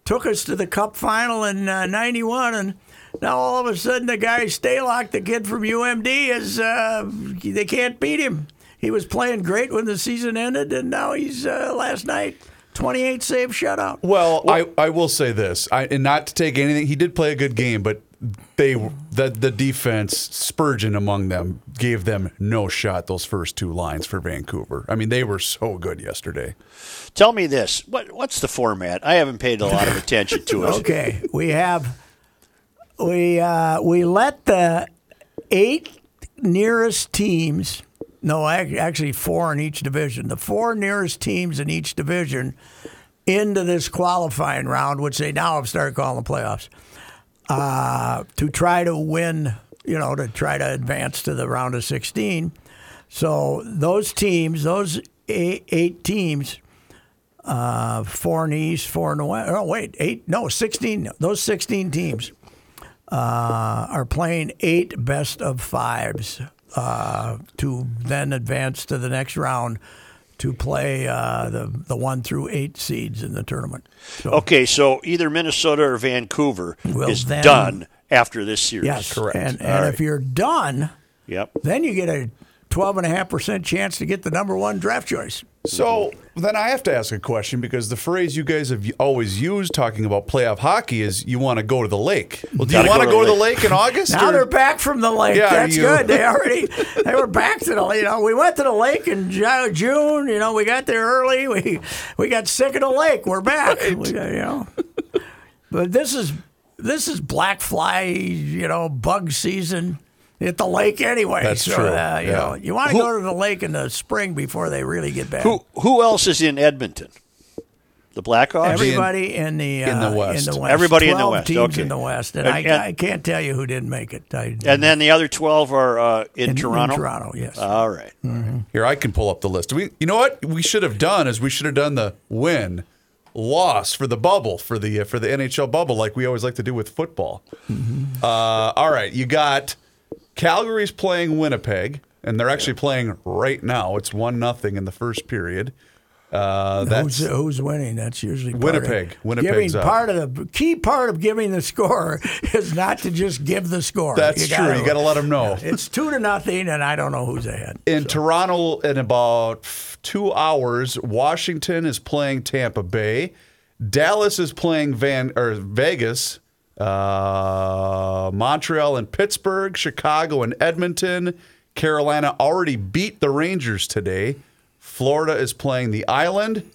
[SPEAKER 1] took us to the Cup final in uh, '91, and now all of a sudden the guy Stalock, the kid from UMD, is uh, they can't beat him. He was playing great when the season ended, and now he's uh, last night 28 save shutout.
[SPEAKER 3] Well, I, I will say this, I, and not to take anything, he did play a good game, but they the the defense Spurgeon among them gave them no shot those first two lines for Vancouver. I mean, they were so good yesterday.
[SPEAKER 2] Tell me this: what what's the format? I haven't paid a lot of attention
[SPEAKER 1] (laughs)
[SPEAKER 2] to it.
[SPEAKER 1] Okay, we have we uh, we let the eight nearest teams. No, ac- actually, four in each division. The four nearest teams in each division into this qualifying round, which they now have started calling the playoffs, uh, to try to win. You know, to try to advance to the round of sixteen. So those teams, those eight, eight teams, uh, four in the East, four in the West. Oh, wait, eight? No, 16. Those 16 teams uh, are playing eight best of fives uh, to then advance to the next round to play uh, the, the one through eight seeds in the tournament. So,
[SPEAKER 2] Okay, so either Minnesota or Vancouver
[SPEAKER 1] Well,
[SPEAKER 2] is
[SPEAKER 1] then-
[SPEAKER 2] done after this series.
[SPEAKER 1] yes,
[SPEAKER 3] correct.
[SPEAKER 1] And,
[SPEAKER 3] All
[SPEAKER 1] and
[SPEAKER 3] right.
[SPEAKER 1] if you're done,
[SPEAKER 2] Yep.
[SPEAKER 1] then you get a 12.5% chance to get the number one draft choice.
[SPEAKER 3] So then I have to ask a question because the phrase you guys have always used talking about playoff hockey is you want to go to the lake. Well, do you
[SPEAKER 2] Gotta
[SPEAKER 3] want to
[SPEAKER 2] go
[SPEAKER 3] go to the (laughs) lake in August?
[SPEAKER 1] Now
[SPEAKER 3] or-
[SPEAKER 1] they're back from the lake.
[SPEAKER 3] Yeah,
[SPEAKER 1] That's
[SPEAKER 3] you- (laughs)
[SPEAKER 1] good. They already they were back to the you know we went to the lake in Ju- June. You know we got there early. We we got sick of the lake. We're back. We got, you know, but this is this is black fly. You know bug season at the lake anyway.
[SPEAKER 3] That's
[SPEAKER 1] so,
[SPEAKER 3] true.
[SPEAKER 1] Uh, you
[SPEAKER 3] Yeah.
[SPEAKER 1] know you want to go to the lake in the spring before they really get bad.
[SPEAKER 2] Who who else is in Edmonton? The Blackhawks.
[SPEAKER 1] Everybody in the uh,
[SPEAKER 3] in the West.
[SPEAKER 1] In the west.
[SPEAKER 2] Everybody in the
[SPEAKER 1] 12
[SPEAKER 2] West,
[SPEAKER 1] Teams
[SPEAKER 2] okay.
[SPEAKER 1] in the west, and,
[SPEAKER 2] And-
[SPEAKER 1] I,
[SPEAKER 2] and-
[SPEAKER 1] I can't tell you who didn't make it. I,
[SPEAKER 2] And then the other 12 are uh, in,
[SPEAKER 1] in
[SPEAKER 2] Toronto? Uh,
[SPEAKER 1] Toronto, Mm-hmm. yes.
[SPEAKER 2] All right.
[SPEAKER 3] Here, I can pull up the list. We, you know what we should have done is we should have done the when, loss for the bubble for the uh, for the NHL bubble, like we always like to do with football.
[SPEAKER 1] Mm-hmm.
[SPEAKER 3] Uh, all right, you got Calgary's playing Winnipeg, and they're actually playing right now. It's one nothing in the first period. Uh,
[SPEAKER 1] Who's,
[SPEAKER 3] that's
[SPEAKER 1] who's winning? That's usually part
[SPEAKER 3] Winnipeg.
[SPEAKER 1] Of,
[SPEAKER 3] Winnipeg's
[SPEAKER 1] giving
[SPEAKER 3] up.
[SPEAKER 1] part of the key part of giving the score (laughs) is not to just give the score.
[SPEAKER 3] that's
[SPEAKER 1] You
[SPEAKER 3] true.
[SPEAKER 1] gotta-
[SPEAKER 3] you got to let them know.
[SPEAKER 1] It's two to nothing, and I don't know who's ahead.
[SPEAKER 3] in Toronto in about f- two hours. Washington is playing Tampa Bay. Dallas is playing Van or Vegas. Uh, Montreal and Pittsburgh, Chicago and Edmonton. Carolina already beat the Rangers today. Florida is playing the Island.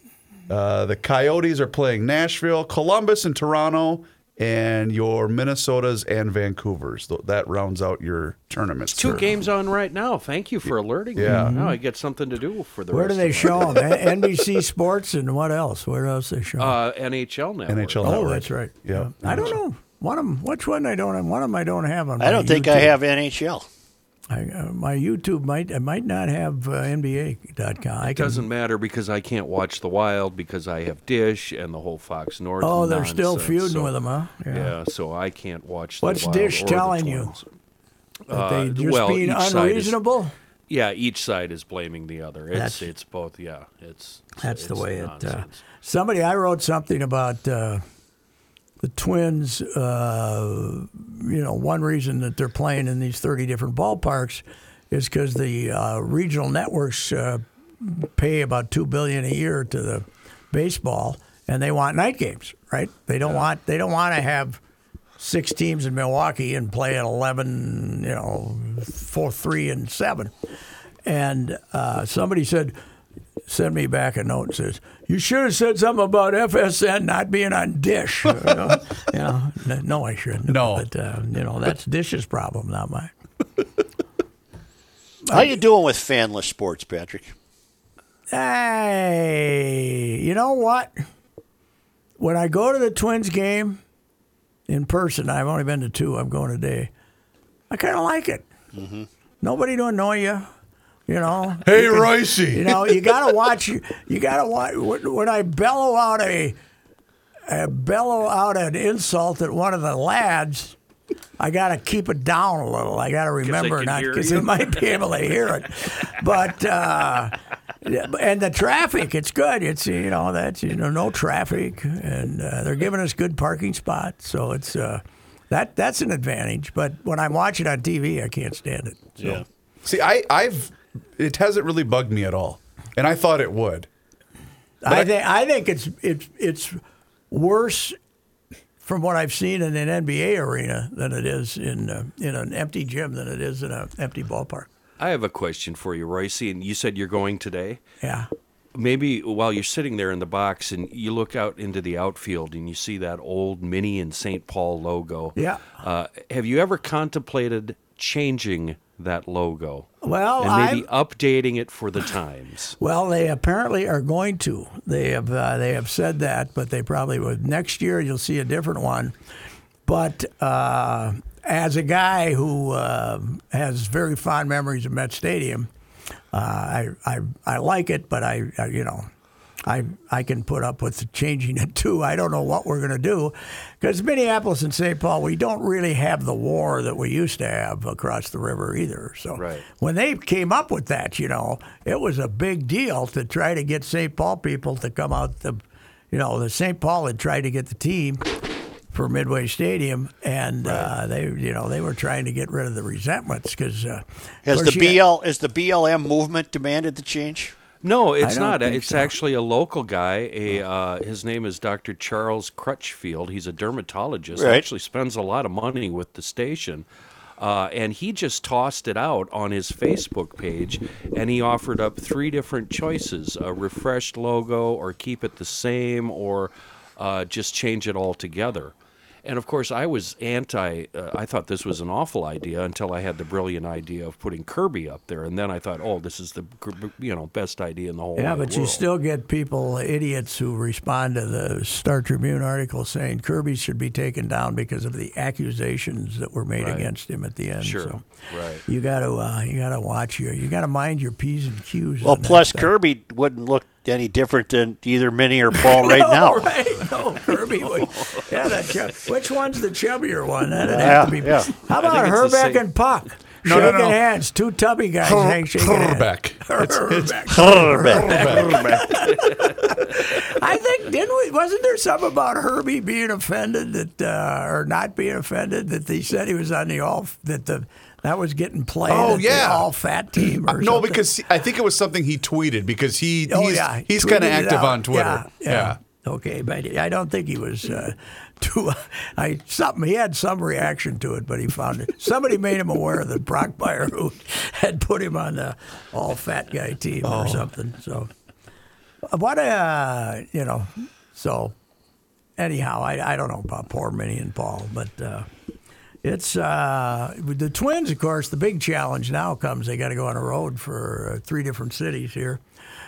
[SPEAKER 3] Uh, the Coyotes are playing Nashville, Columbus, and Toronto, and your Minnesotas and Vancouver's. Th- That rounds out your tournament.
[SPEAKER 4] Two games on right now. Thank you for alerting
[SPEAKER 3] Yeah.
[SPEAKER 4] me. Now Oh, I get something to do for the
[SPEAKER 1] Where do
[SPEAKER 4] rest
[SPEAKER 1] they
[SPEAKER 4] of
[SPEAKER 3] (laughs)
[SPEAKER 1] show them? NBC Sports and what else? Where else they show? 'em?
[SPEAKER 4] uh, NHL now.
[SPEAKER 3] NHL.
[SPEAKER 1] oh,
[SPEAKER 3] Network.
[SPEAKER 1] that's right.
[SPEAKER 3] Yeah.
[SPEAKER 1] I don't know. One of 'em- which one I don't have. One of them I don't have on.
[SPEAKER 2] I don't
[SPEAKER 1] my
[SPEAKER 2] think
[SPEAKER 1] YouTube.
[SPEAKER 2] I have NHL.
[SPEAKER 1] I, uh, my YouTube might I might not have uh, NBA.com. I
[SPEAKER 4] It doesn't matter because I can't watch The Wild because I have Dish and the whole Fox North.
[SPEAKER 1] Oh, they're still
[SPEAKER 4] nonsense,
[SPEAKER 1] feuding
[SPEAKER 4] so-
[SPEAKER 1] with them, huh?
[SPEAKER 4] Yeah. so I can't watch.
[SPEAKER 1] What's
[SPEAKER 4] the Wild
[SPEAKER 1] Dish
[SPEAKER 4] or the
[SPEAKER 1] telling you?
[SPEAKER 4] Twins.
[SPEAKER 1] That they
[SPEAKER 4] Uh,
[SPEAKER 1] just
[SPEAKER 4] well,
[SPEAKER 1] being
[SPEAKER 4] each side is-
[SPEAKER 1] unreasonable.
[SPEAKER 4] Yeah, each side is blaming the other. It's
[SPEAKER 1] That's-
[SPEAKER 4] it's both. Yeah, it's
[SPEAKER 1] That's
[SPEAKER 4] it's
[SPEAKER 1] the way it. Uh,
[SPEAKER 4] nonsense.
[SPEAKER 1] somebody, I wrote something about uh, the Twins. Uh, you know, one reason that they're playing in these thirty different ballparks is because the uh, regional networks uh, pay about two billion a year to the baseball, and they want night games, right? They don't want they don't want to have six teams in Milwaukee and play at eleven, you know, four, three, and seven. And uh, somebody said, send me back a note and says, "You should have said something about FSN not being on Dish." you know, (laughs) you know, n- no, I shouldn't.
[SPEAKER 3] No.
[SPEAKER 1] but uh, you know that's Dish's problem, not mine.
[SPEAKER 2] How you doing with fanless sports, Patrick?
[SPEAKER 1] Hey, you know what? When I go to the Twins game in person, I've only been to two. I'm going today. I kind of like it. Nobody to annoy you. You know,
[SPEAKER 3] Hey, Ricey.
[SPEAKER 1] You know,
[SPEAKER 4] (laughs)
[SPEAKER 1] you gotta watch. You gotta watch. When when I bellow out a, I bellow out an insult at one of the lads, I gotta keep it down a little. I gotta remember
[SPEAKER 4] can
[SPEAKER 1] not
[SPEAKER 4] hear
[SPEAKER 1] because
[SPEAKER 4] you.
[SPEAKER 1] they might be able to hear it. But uh, and the traffic, it's good. It's you know that's you know no traffic, and uh, they're giving us good parking spots, so it's. Uh, that, that's an advantage, but when I watch it on TV, I can't stand it. So.
[SPEAKER 2] Yeah.
[SPEAKER 3] See, I, I've it hasn't really bugged me at all, and I thought it would.
[SPEAKER 1] I think I think it's it's it's worse from what I've seen in an NBA arena than it is in uh, in an empty gym than it is in an empty ballpark.
[SPEAKER 4] I have a question for you, Royce. And you said you're going today.
[SPEAKER 1] Yeah.
[SPEAKER 4] maybe while you're sitting there in the box and you look out into the outfield and you see that old mini and St. Paul logo.
[SPEAKER 1] Yeah.
[SPEAKER 4] Uh, have you ever contemplated changing that logo?
[SPEAKER 1] Well,
[SPEAKER 4] and maybe
[SPEAKER 1] I've-
[SPEAKER 4] updating it for the times.
[SPEAKER 1] Well, they apparently are going to. They have uh, they have said that, but they probably would. Next year, you'll see a different one. But uh, as a guy who uh, has very fond memories of Met Stadium, uh, I, I I like it, but I, I you know. I, I can put up with changing it (laughs) too. I don't know what we're going to do because Minneapolis and St. Paul, we don't really have the war that we used to have across the river either. So
[SPEAKER 4] Right.
[SPEAKER 1] when they came up with that, you know, it was a big deal to try to get St. Paul people to come out. The, you know, the St. Paul had tried to get the team for Midway Stadium, and uh, they, you know, they were trying to get rid of the resentments because uh,
[SPEAKER 2] Has
[SPEAKER 1] of
[SPEAKER 2] the
[SPEAKER 1] course, you-
[SPEAKER 2] BL is the BLM movement demanded the change?
[SPEAKER 4] No, it's
[SPEAKER 1] don't
[SPEAKER 4] not.
[SPEAKER 1] think
[SPEAKER 4] It's
[SPEAKER 1] so.
[SPEAKER 4] actually a local guy. A uh, his name is Dr. Charles Crutchfield. He's a dermatologist.
[SPEAKER 2] Right.
[SPEAKER 4] Actually, spends a lot of money with the station, uh, and he just tossed it out on his Facebook page, and he offered up three different choices: a refreshed logo, or keep it the same, or uh, just change it altogether. And of course, I was anti. Uh, I thought this was an awful idea until I had the brilliant idea of putting Kirby up there, and then I thought, oh, this is the gr- you know best idea in the whole.
[SPEAKER 1] Yeah,
[SPEAKER 4] wide
[SPEAKER 1] but you
[SPEAKER 4] world.
[SPEAKER 1] still get people, idiots, who respond to the Star Tribune article saying Kirby should be taken down because of the accusations that were made against him at the end.
[SPEAKER 4] Sure.
[SPEAKER 1] So
[SPEAKER 4] Right.
[SPEAKER 1] you got to uh, you got to watch your you got to mind your p's and q's.
[SPEAKER 2] Well,
[SPEAKER 1] on that
[SPEAKER 2] plus
[SPEAKER 1] stuff.
[SPEAKER 2] Kirby wouldn't look any different than either Minnie or
[SPEAKER 1] (laughs)
[SPEAKER 2] Paul (laughs) right now.
[SPEAKER 1] All right. No,
[SPEAKER 2] (laughs)
[SPEAKER 1] Herbie. would- yeah, that chub, which one's the chubbier one? That'd
[SPEAKER 2] Yeah,
[SPEAKER 1] have to be.
[SPEAKER 2] yeah.
[SPEAKER 1] How
[SPEAKER 4] I think
[SPEAKER 1] about
[SPEAKER 4] it's the
[SPEAKER 1] Herbeck
[SPEAKER 4] same-
[SPEAKER 1] and Puck?
[SPEAKER 3] No, no,
[SPEAKER 1] shaking
[SPEAKER 3] no.
[SPEAKER 1] hands, two tubby guys hang- shaking hands. (laughs)
[SPEAKER 3] Herbeck.
[SPEAKER 1] Herbeck.
[SPEAKER 2] Quarterback.
[SPEAKER 1] I think didn't we? Wasn't there something about Herbie being offended that, uh, or not being offended that they said he was on the all that the that was getting played?
[SPEAKER 3] Oh,
[SPEAKER 1] at the
[SPEAKER 3] yeah.
[SPEAKER 1] all fat team. Or
[SPEAKER 3] (laughs) No,
[SPEAKER 1] something.
[SPEAKER 3] because he- I think it was something he tweeted because he
[SPEAKER 1] Oh,
[SPEAKER 3] he's,
[SPEAKER 1] yeah.
[SPEAKER 3] he's kind
[SPEAKER 1] tweeted
[SPEAKER 3] of
[SPEAKER 1] it
[SPEAKER 3] active
[SPEAKER 1] out.
[SPEAKER 3] on Twitter.
[SPEAKER 1] Yeah. yeah. Okay, but I don't think he was uh, (laughs) too. I something he had some reaction to it, but he found it. Somebody made him aware that Brock Meyer who (laughs) had put him on the all fat guy team
[SPEAKER 3] Oh.
[SPEAKER 1] or something. So what uh you know so anyhow I, I don't know about poor Minnie and Paul but uh, it's uh with the twins of course the big challenge now comes they got to go on a road for uh, three different cities here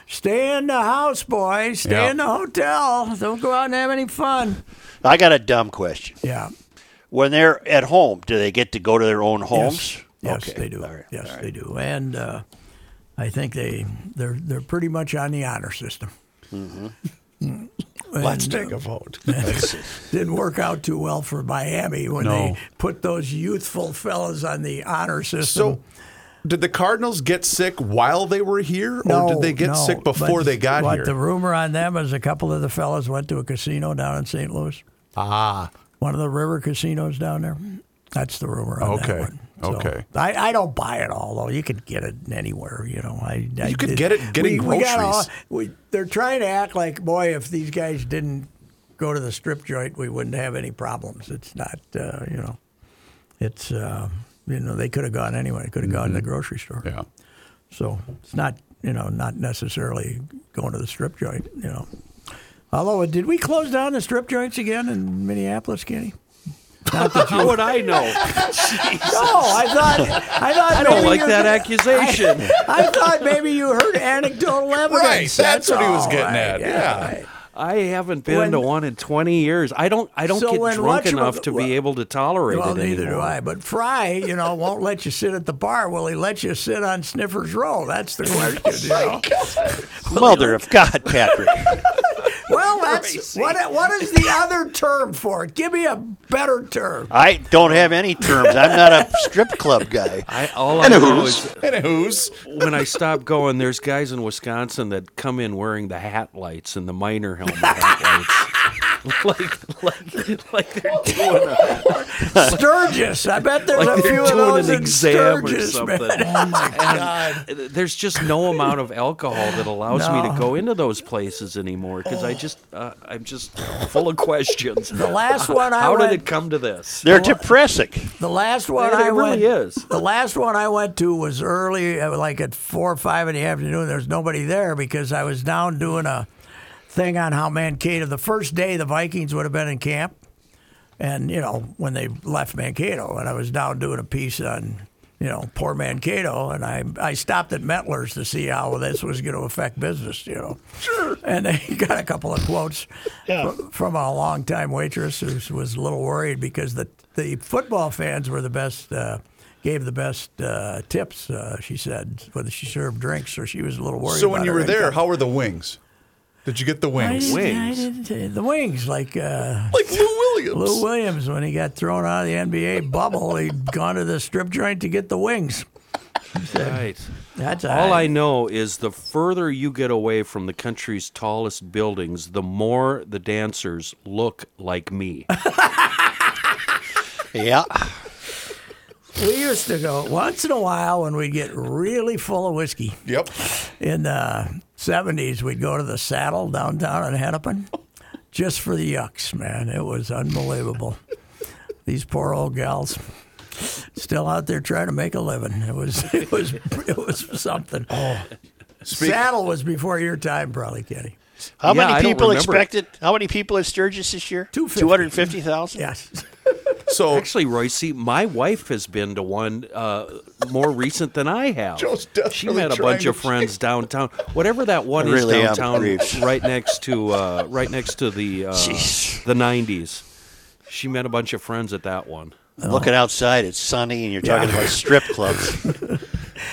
[SPEAKER 1] stay in the house boys stay
[SPEAKER 3] Yeah.
[SPEAKER 1] in the hotel don't go out and have any fun
[SPEAKER 2] I got a dumb question.
[SPEAKER 1] yeah
[SPEAKER 2] When they're at home, do they get to go to their own homes?
[SPEAKER 1] Yes, they do. Yes, they do. And uh, I think they they're they're pretty much on the honor system. (laughs) Mm-hmm. Let's take a vote. (laughs) didn't work out too well for Miami when
[SPEAKER 3] No.
[SPEAKER 1] they put those youthful fellas on the honor
[SPEAKER 3] So,
[SPEAKER 1] system.
[SPEAKER 3] did the Cardinals get sick while they were here, or
[SPEAKER 1] Mm-hmm. No,
[SPEAKER 3] did they get
[SPEAKER 1] no,
[SPEAKER 3] sick
[SPEAKER 1] but
[SPEAKER 3] before they got
[SPEAKER 1] what
[SPEAKER 3] here?
[SPEAKER 1] The rumor on them is a couple of the fellas went to a casino down in St. Louis,
[SPEAKER 3] ah,
[SPEAKER 1] one of the river casinos down there. That's the rumor. On
[SPEAKER 3] Okay,
[SPEAKER 1] That one. So,
[SPEAKER 3] okay.
[SPEAKER 1] I, I don't buy it all though. You could get it anywhere. You know. I, I
[SPEAKER 3] You could get it getting
[SPEAKER 1] gotta all-
[SPEAKER 3] groceries.
[SPEAKER 1] we, they're trying to act like boy, if these guys didn't go to the strip joint, we wouldn't have any problems. It's not. Uh, you know. It's. Uh, you know they could have gone anywhere. They could have gone to the grocery store.
[SPEAKER 3] Mm-hmm. yeah.
[SPEAKER 1] So it's not, you know, not necessarily going to the strip joint, you know. Although, did we close down the strip joints again in Minneapolis,
[SPEAKER 4] (laughs)
[SPEAKER 1] Kenny?
[SPEAKER 4] How would
[SPEAKER 1] (laughs)
[SPEAKER 4] I know?
[SPEAKER 1] No, I thought I thought
[SPEAKER 4] I don't
[SPEAKER 1] maybe
[SPEAKER 4] like
[SPEAKER 1] you-
[SPEAKER 4] that accusation.
[SPEAKER 1] (laughs) I thought maybe you heard anecdotal evidence.
[SPEAKER 3] Right, that's what he was
[SPEAKER 1] all.
[SPEAKER 3] getting at, yeah.
[SPEAKER 1] right.
[SPEAKER 4] I haven't been
[SPEAKER 1] When-
[SPEAKER 4] to one in 20 years. I don't. I don't
[SPEAKER 1] So when
[SPEAKER 4] get drunk
[SPEAKER 1] whatcha-
[SPEAKER 4] enough to
[SPEAKER 1] well-
[SPEAKER 4] be able to tolerate
[SPEAKER 1] Well,
[SPEAKER 4] it
[SPEAKER 1] neither do
[SPEAKER 4] anymore.
[SPEAKER 1] I. But Fry, you know, won't let you sit at the bar. Will he let you sit on Sniffer's Row? That's
[SPEAKER 3] (laughs)
[SPEAKER 1] the
[SPEAKER 3] Oh
[SPEAKER 1] question. you know?
[SPEAKER 2] Mother of God, Patrick.
[SPEAKER 1] Well, that's what. What is the other term for it? Give me a better term.
[SPEAKER 4] (laughs)
[SPEAKER 2] I don't have any terms. I'm not a strip club guy.
[SPEAKER 4] I all I know is
[SPEAKER 3] And (laughs) who's?
[SPEAKER 4] when I stop going, there's guys in Wisconsin that come in wearing the hat lights and the miner helmet hat lights. (laughs) like, like, like they're doing a,
[SPEAKER 1] Sturgis. I bet there's
[SPEAKER 4] like
[SPEAKER 1] a few
[SPEAKER 4] they're
[SPEAKER 1] of
[SPEAKER 4] doing
[SPEAKER 1] those
[SPEAKER 4] an
[SPEAKER 1] in
[SPEAKER 4] exam or
[SPEAKER 1] Sturgis,
[SPEAKER 4] something.
[SPEAKER 1] man.
[SPEAKER 3] Oh
[SPEAKER 1] (laughs) Oh,
[SPEAKER 4] And There's just no amount of alcohol that allows me to go into those places anymore because I just, uh, I'm just full of questions. The
[SPEAKER 1] last one I
[SPEAKER 4] How
[SPEAKER 1] went-
[SPEAKER 4] did it come to this?
[SPEAKER 2] They're depressing.
[SPEAKER 1] The last one
[SPEAKER 4] It
[SPEAKER 1] I
[SPEAKER 4] really
[SPEAKER 1] went
[SPEAKER 4] is.
[SPEAKER 1] the last one I went to was early, uh, like at four or five in the afternoon. There's nobody there because I was down doing a thing on how Mankato. The first day the Vikings would have been in camp, and you know when they left Mankato, and I was down doing a piece on. You know, poor Mankato, and I I stopped at Mettler's to see how this was going to affect business. You know, sure. And they (laughs) got a couple of quotes fr- from a longtime waitress who was a little worried because the the football fans were the best, uh, gave the best uh, tips. Uh, she said whether she served drinks, or she was a little worried.
[SPEAKER 3] So when
[SPEAKER 1] about
[SPEAKER 3] you
[SPEAKER 1] her
[SPEAKER 3] were there,
[SPEAKER 1] income.
[SPEAKER 3] how were the wings? Did you get the
[SPEAKER 1] I
[SPEAKER 3] wings?
[SPEAKER 1] didn't- I
[SPEAKER 4] Wings.
[SPEAKER 1] didn't- the wings like. Uh,
[SPEAKER 3] Like Lou Williams.
[SPEAKER 1] Lou Williams, when he got thrown out of the NBA bubble, he'd (laughs) gone to the strip joint to get the wings.
[SPEAKER 4] Right.
[SPEAKER 1] That's
[SPEAKER 4] All I
[SPEAKER 1] know.
[SPEAKER 4] know is the further you get away from the country's tallest buildings, the more the dancers look
[SPEAKER 3] (laughs)
[SPEAKER 4] like me.
[SPEAKER 2] Yeah.
[SPEAKER 1] We used to go once in a while when we'd get really full of whiskey.
[SPEAKER 3] Yep.
[SPEAKER 1] in the seventies, we'd go to the saddle downtown in Hennepin just for the yucks, man. It was unbelievable. These poor old gals still out there trying to make a living. It was (laughs) it was it was something. Oh, saddle was before your time, probably, Kenny.
[SPEAKER 2] How
[SPEAKER 4] Yeah, I
[SPEAKER 2] many
[SPEAKER 4] don't
[SPEAKER 2] people
[SPEAKER 4] remember.
[SPEAKER 2] expected? How many people at Sturgis this year?
[SPEAKER 1] 250.
[SPEAKER 2] 250,000?
[SPEAKER 1] Yes.
[SPEAKER 3] So
[SPEAKER 4] Actually, Royce, my wife has been to one uh, more recent than I have.
[SPEAKER 3] Joe's
[SPEAKER 4] she
[SPEAKER 3] definitely
[SPEAKER 4] met a
[SPEAKER 3] trying
[SPEAKER 4] bunch
[SPEAKER 3] to
[SPEAKER 4] of friends downtown. Whatever that one
[SPEAKER 2] I
[SPEAKER 4] is
[SPEAKER 2] really am
[SPEAKER 4] downtown,
[SPEAKER 2] grieved.
[SPEAKER 4] right next to uh, right next to the uh,
[SPEAKER 2] Jeez.
[SPEAKER 4] the nineties. She met a bunch of friends at that one. (laughs)
[SPEAKER 2] Looking outside, it's sunny, and you're talking about strip clubs.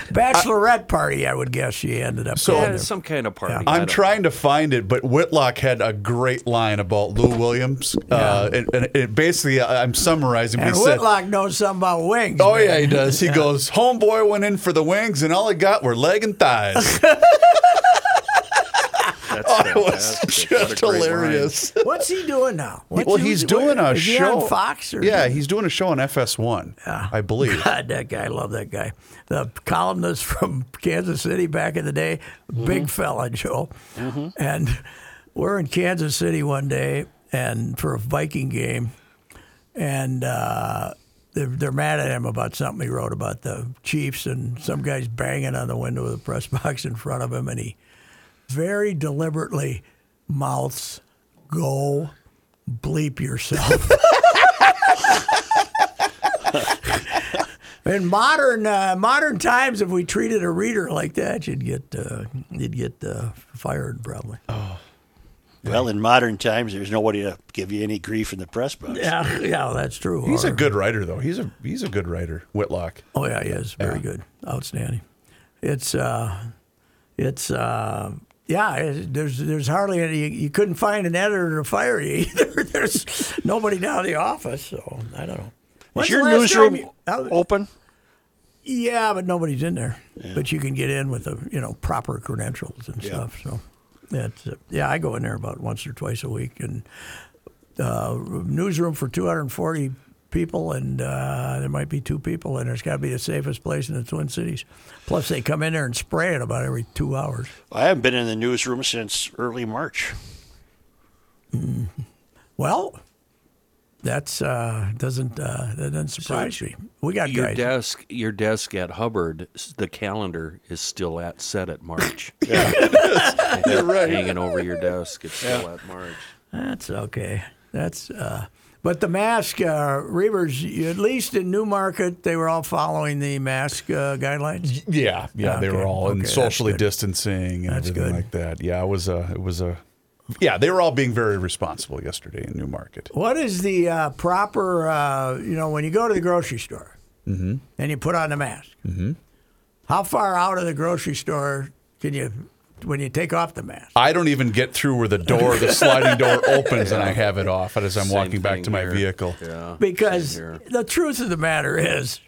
[SPEAKER 1] Bachelorette party, I would guess she ended up.
[SPEAKER 3] So-
[SPEAKER 1] going
[SPEAKER 4] Yeah,
[SPEAKER 1] to.
[SPEAKER 4] some kind of party. I
[SPEAKER 3] I'm
[SPEAKER 4] don't-
[SPEAKER 3] trying to find it, but Whitlock had a great line about Lou Williams. Uh, and, and it basically, I- I'm summarizing.
[SPEAKER 1] and
[SPEAKER 3] he said,
[SPEAKER 1] Whitlock knows something about wings.
[SPEAKER 3] Oh
[SPEAKER 1] man.
[SPEAKER 3] yeah, he does. He goes, "Homeboy went in for the wings, and all he got were leg and (laughs) thighs."
[SPEAKER 4] That's
[SPEAKER 3] It was
[SPEAKER 4] fantastic. What a
[SPEAKER 3] just
[SPEAKER 4] great line.
[SPEAKER 3] hilarious.
[SPEAKER 1] What's he doing now? What's
[SPEAKER 3] well,
[SPEAKER 1] he-
[SPEAKER 3] he's doing a
[SPEAKER 1] is
[SPEAKER 3] show
[SPEAKER 1] he on Fox or
[SPEAKER 3] yeah, he's doing a show on FS1, I (laughs)
[SPEAKER 1] (laughs)
[SPEAKER 3] believe.
[SPEAKER 1] God, that guy, I love that guy. The columnist from Kansas City back in the day, big fella, Joe. And we're in Kansas City one day, and for a Viking game, and uh, they're, they're mad at him about something he wrote about the Chiefs, and some guy's banging on the window of the press (laughs) box in front of him, and he very deliberately mouths, "Go bleep yourself." In modern uh, modern times, if we treated a reader like that, you'd get uh, you'd get uh, fired probably.
[SPEAKER 2] Well, in modern times, there's nobody to give you any grief in the press box.
[SPEAKER 1] Yeah, yeah, that's true.
[SPEAKER 3] He's a
[SPEAKER 1] Or-
[SPEAKER 3] good writer, though. He's a he's a good writer, Whitlock.
[SPEAKER 1] Oh yeah, he is very good, outstanding. It's uh, it's uh, yeah. It, there's there's hardly any. You, you couldn't find an editor to fire you (laughs) either. there's nobody down in the office, so I don't know. When's
[SPEAKER 2] Is
[SPEAKER 1] the
[SPEAKER 2] your
[SPEAKER 1] last
[SPEAKER 2] newsroom
[SPEAKER 1] time you- I-
[SPEAKER 2] open?
[SPEAKER 1] Yeah, but nobody's in there. But you can get in with the you know proper credentials and stuff. So that's uh, yeah. I go in there about once or twice a week and uh, newsroom for 240 people, and uh, there might be two people, and it's got to be the safest place in the Twin Cities. Plus, they come in there and spray it about every two hours.
[SPEAKER 2] I haven't been in the newsroom since early March.
[SPEAKER 1] Well. That's uh, doesn't uh, that doesn't surprise me. We got
[SPEAKER 4] Your
[SPEAKER 1] guys.
[SPEAKER 4] desk, your desk at Hubbard, s- the calendar is still at set
[SPEAKER 3] (laughs)
[SPEAKER 4] at March. (laughs)
[SPEAKER 3] You're right.
[SPEAKER 4] Hanging over your desk, it's still at March.
[SPEAKER 1] That's okay. That's uh, but the mask uh, Reavers. you- At least in Newmarket, they were all following the mask uh, guidelines.
[SPEAKER 3] Yeah, yeah, they were
[SPEAKER 1] okay,
[SPEAKER 3] all in
[SPEAKER 1] okay, that's
[SPEAKER 3] socially
[SPEAKER 1] good.
[SPEAKER 3] distancing and
[SPEAKER 1] That's
[SPEAKER 3] everything
[SPEAKER 1] good.
[SPEAKER 3] like that. Yeah, it was a it was a yeah. They were all being very responsible yesterday in Newmarket.
[SPEAKER 1] What is the uh, proper? Uh, you know, when you go to the grocery store
[SPEAKER 3] Mm-hmm.
[SPEAKER 1] and you put on the mask, how far out of the grocery store can you when you take off the mask?
[SPEAKER 3] I don't even get through where the door,
[SPEAKER 1] (laughs)
[SPEAKER 3] the sliding door opens, and I have it off as I'm
[SPEAKER 4] Same
[SPEAKER 3] walking back
[SPEAKER 4] thing
[SPEAKER 3] to my
[SPEAKER 4] here.
[SPEAKER 3] vehicle.
[SPEAKER 4] Yeah.
[SPEAKER 1] Because
[SPEAKER 4] same here.
[SPEAKER 1] the truth of the matter is,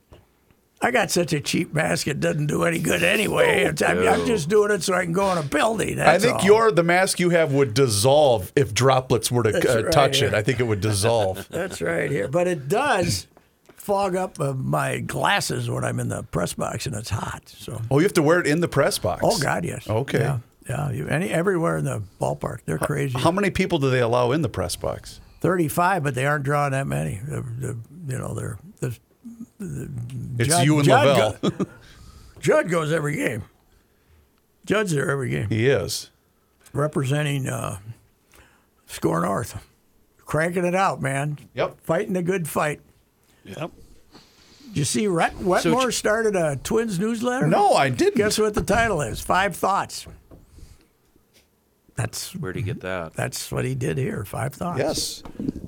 [SPEAKER 1] I got such a cheap mask; it doesn't do any good anyway. It's- I'm, I'm just doing it so I can go in a building.
[SPEAKER 3] I
[SPEAKER 1] that's
[SPEAKER 3] think
[SPEAKER 1] all.
[SPEAKER 3] your the mask you have would dissolve if droplets were to uh,
[SPEAKER 1] right,
[SPEAKER 3] touch
[SPEAKER 1] yeah.
[SPEAKER 3] it. I think it
[SPEAKER 1] (laughs)
[SPEAKER 3] would dissolve.
[SPEAKER 1] That's right here. But it does fog up uh, my glasses when I'm in the press box and it's hot. So,
[SPEAKER 3] oh, you have to wear it in the press box.
[SPEAKER 1] oh God, yes.
[SPEAKER 3] Okay.
[SPEAKER 1] Yeah. yeah. You, any everywhere in the ballpark, they're crazy.
[SPEAKER 3] How many people do they allow in the press box?
[SPEAKER 1] Thirty-five, but they aren't drawing that many. They're, they're- you know, they're. The
[SPEAKER 3] It's
[SPEAKER 1] Judd-
[SPEAKER 3] you and
[SPEAKER 1] Judd
[SPEAKER 3] Lavelle.
[SPEAKER 1] go- Judd goes every game. Judd's there every game,
[SPEAKER 3] he is.
[SPEAKER 1] representing uh, Score North, cranking it out, man.
[SPEAKER 3] Yep.
[SPEAKER 1] Fighting the good fight.
[SPEAKER 2] Yep.
[SPEAKER 1] Did you see Rhett Wetmore started a Twins newsletter?
[SPEAKER 3] No, I didn't.
[SPEAKER 1] Guess what the title is? Five thoughts. That's
[SPEAKER 4] Where'd you get that?
[SPEAKER 1] that's what he did here. Five thoughts.
[SPEAKER 3] Yes.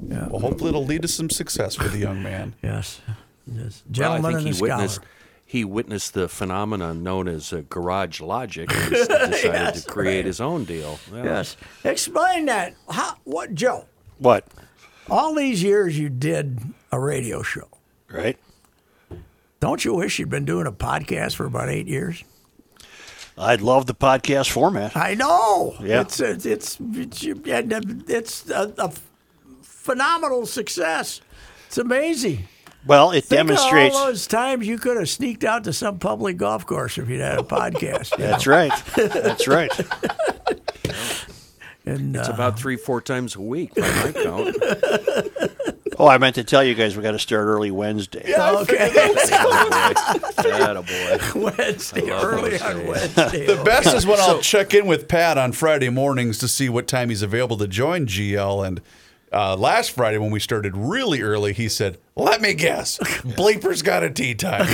[SPEAKER 3] Well, hopefully it'll lead to some success for the young man.
[SPEAKER 1] Yes. Yes.
[SPEAKER 4] Well, I
[SPEAKER 1] Gentleman
[SPEAKER 4] think
[SPEAKER 1] and
[SPEAKER 4] he
[SPEAKER 1] a scholar.
[SPEAKER 4] witnessed. He witnessed the phenomenon known as uh, garage
[SPEAKER 3] (laughs)
[SPEAKER 4] logic and s- decided to create his own deal. Yeah.
[SPEAKER 1] Yes. Explain that. How? What, Joe?
[SPEAKER 2] What?
[SPEAKER 1] All these years you did a radio show.
[SPEAKER 2] Right?
[SPEAKER 1] Don't you wish you'd been doing a podcast for about eight years?
[SPEAKER 2] I love the podcast format.
[SPEAKER 1] I know.
[SPEAKER 2] Yeah.
[SPEAKER 1] It's it's it's it's, you- and, uh, it's a, a phenomenal success. It's amazing.
[SPEAKER 2] Well, it
[SPEAKER 1] Think of
[SPEAKER 2] demonstrates.
[SPEAKER 1] all those times you could have sneaked out to some public golf course if you'd had a podcast. you
[SPEAKER 2] (laughs) That's right. That's
[SPEAKER 4] (laughs)
[SPEAKER 2] right.
[SPEAKER 1] know, And uh,
[SPEAKER 4] About three, four times a week, by my
[SPEAKER 3] (laughs)
[SPEAKER 4] count.
[SPEAKER 2] Oh, I meant to tell you guys we got to start early Wednesday.
[SPEAKER 1] okay,
[SPEAKER 4] Attaboy.
[SPEAKER 1] Wednesday,
[SPEAKER 4] I love
[SPEAKER 1] early
[SPEAKER 4] those
[SPEAKER 1] on
[SPEAKER 4] days.
[SPEAKER 1] Wednesday. (laughs)
[SPEAKER 3] The best is when I'll check in with Pat on Friday mornings to see what time he's available to join GL. And uh, last Friday, when we started really early, he said, Let me guess, Bleeper's got a tea time.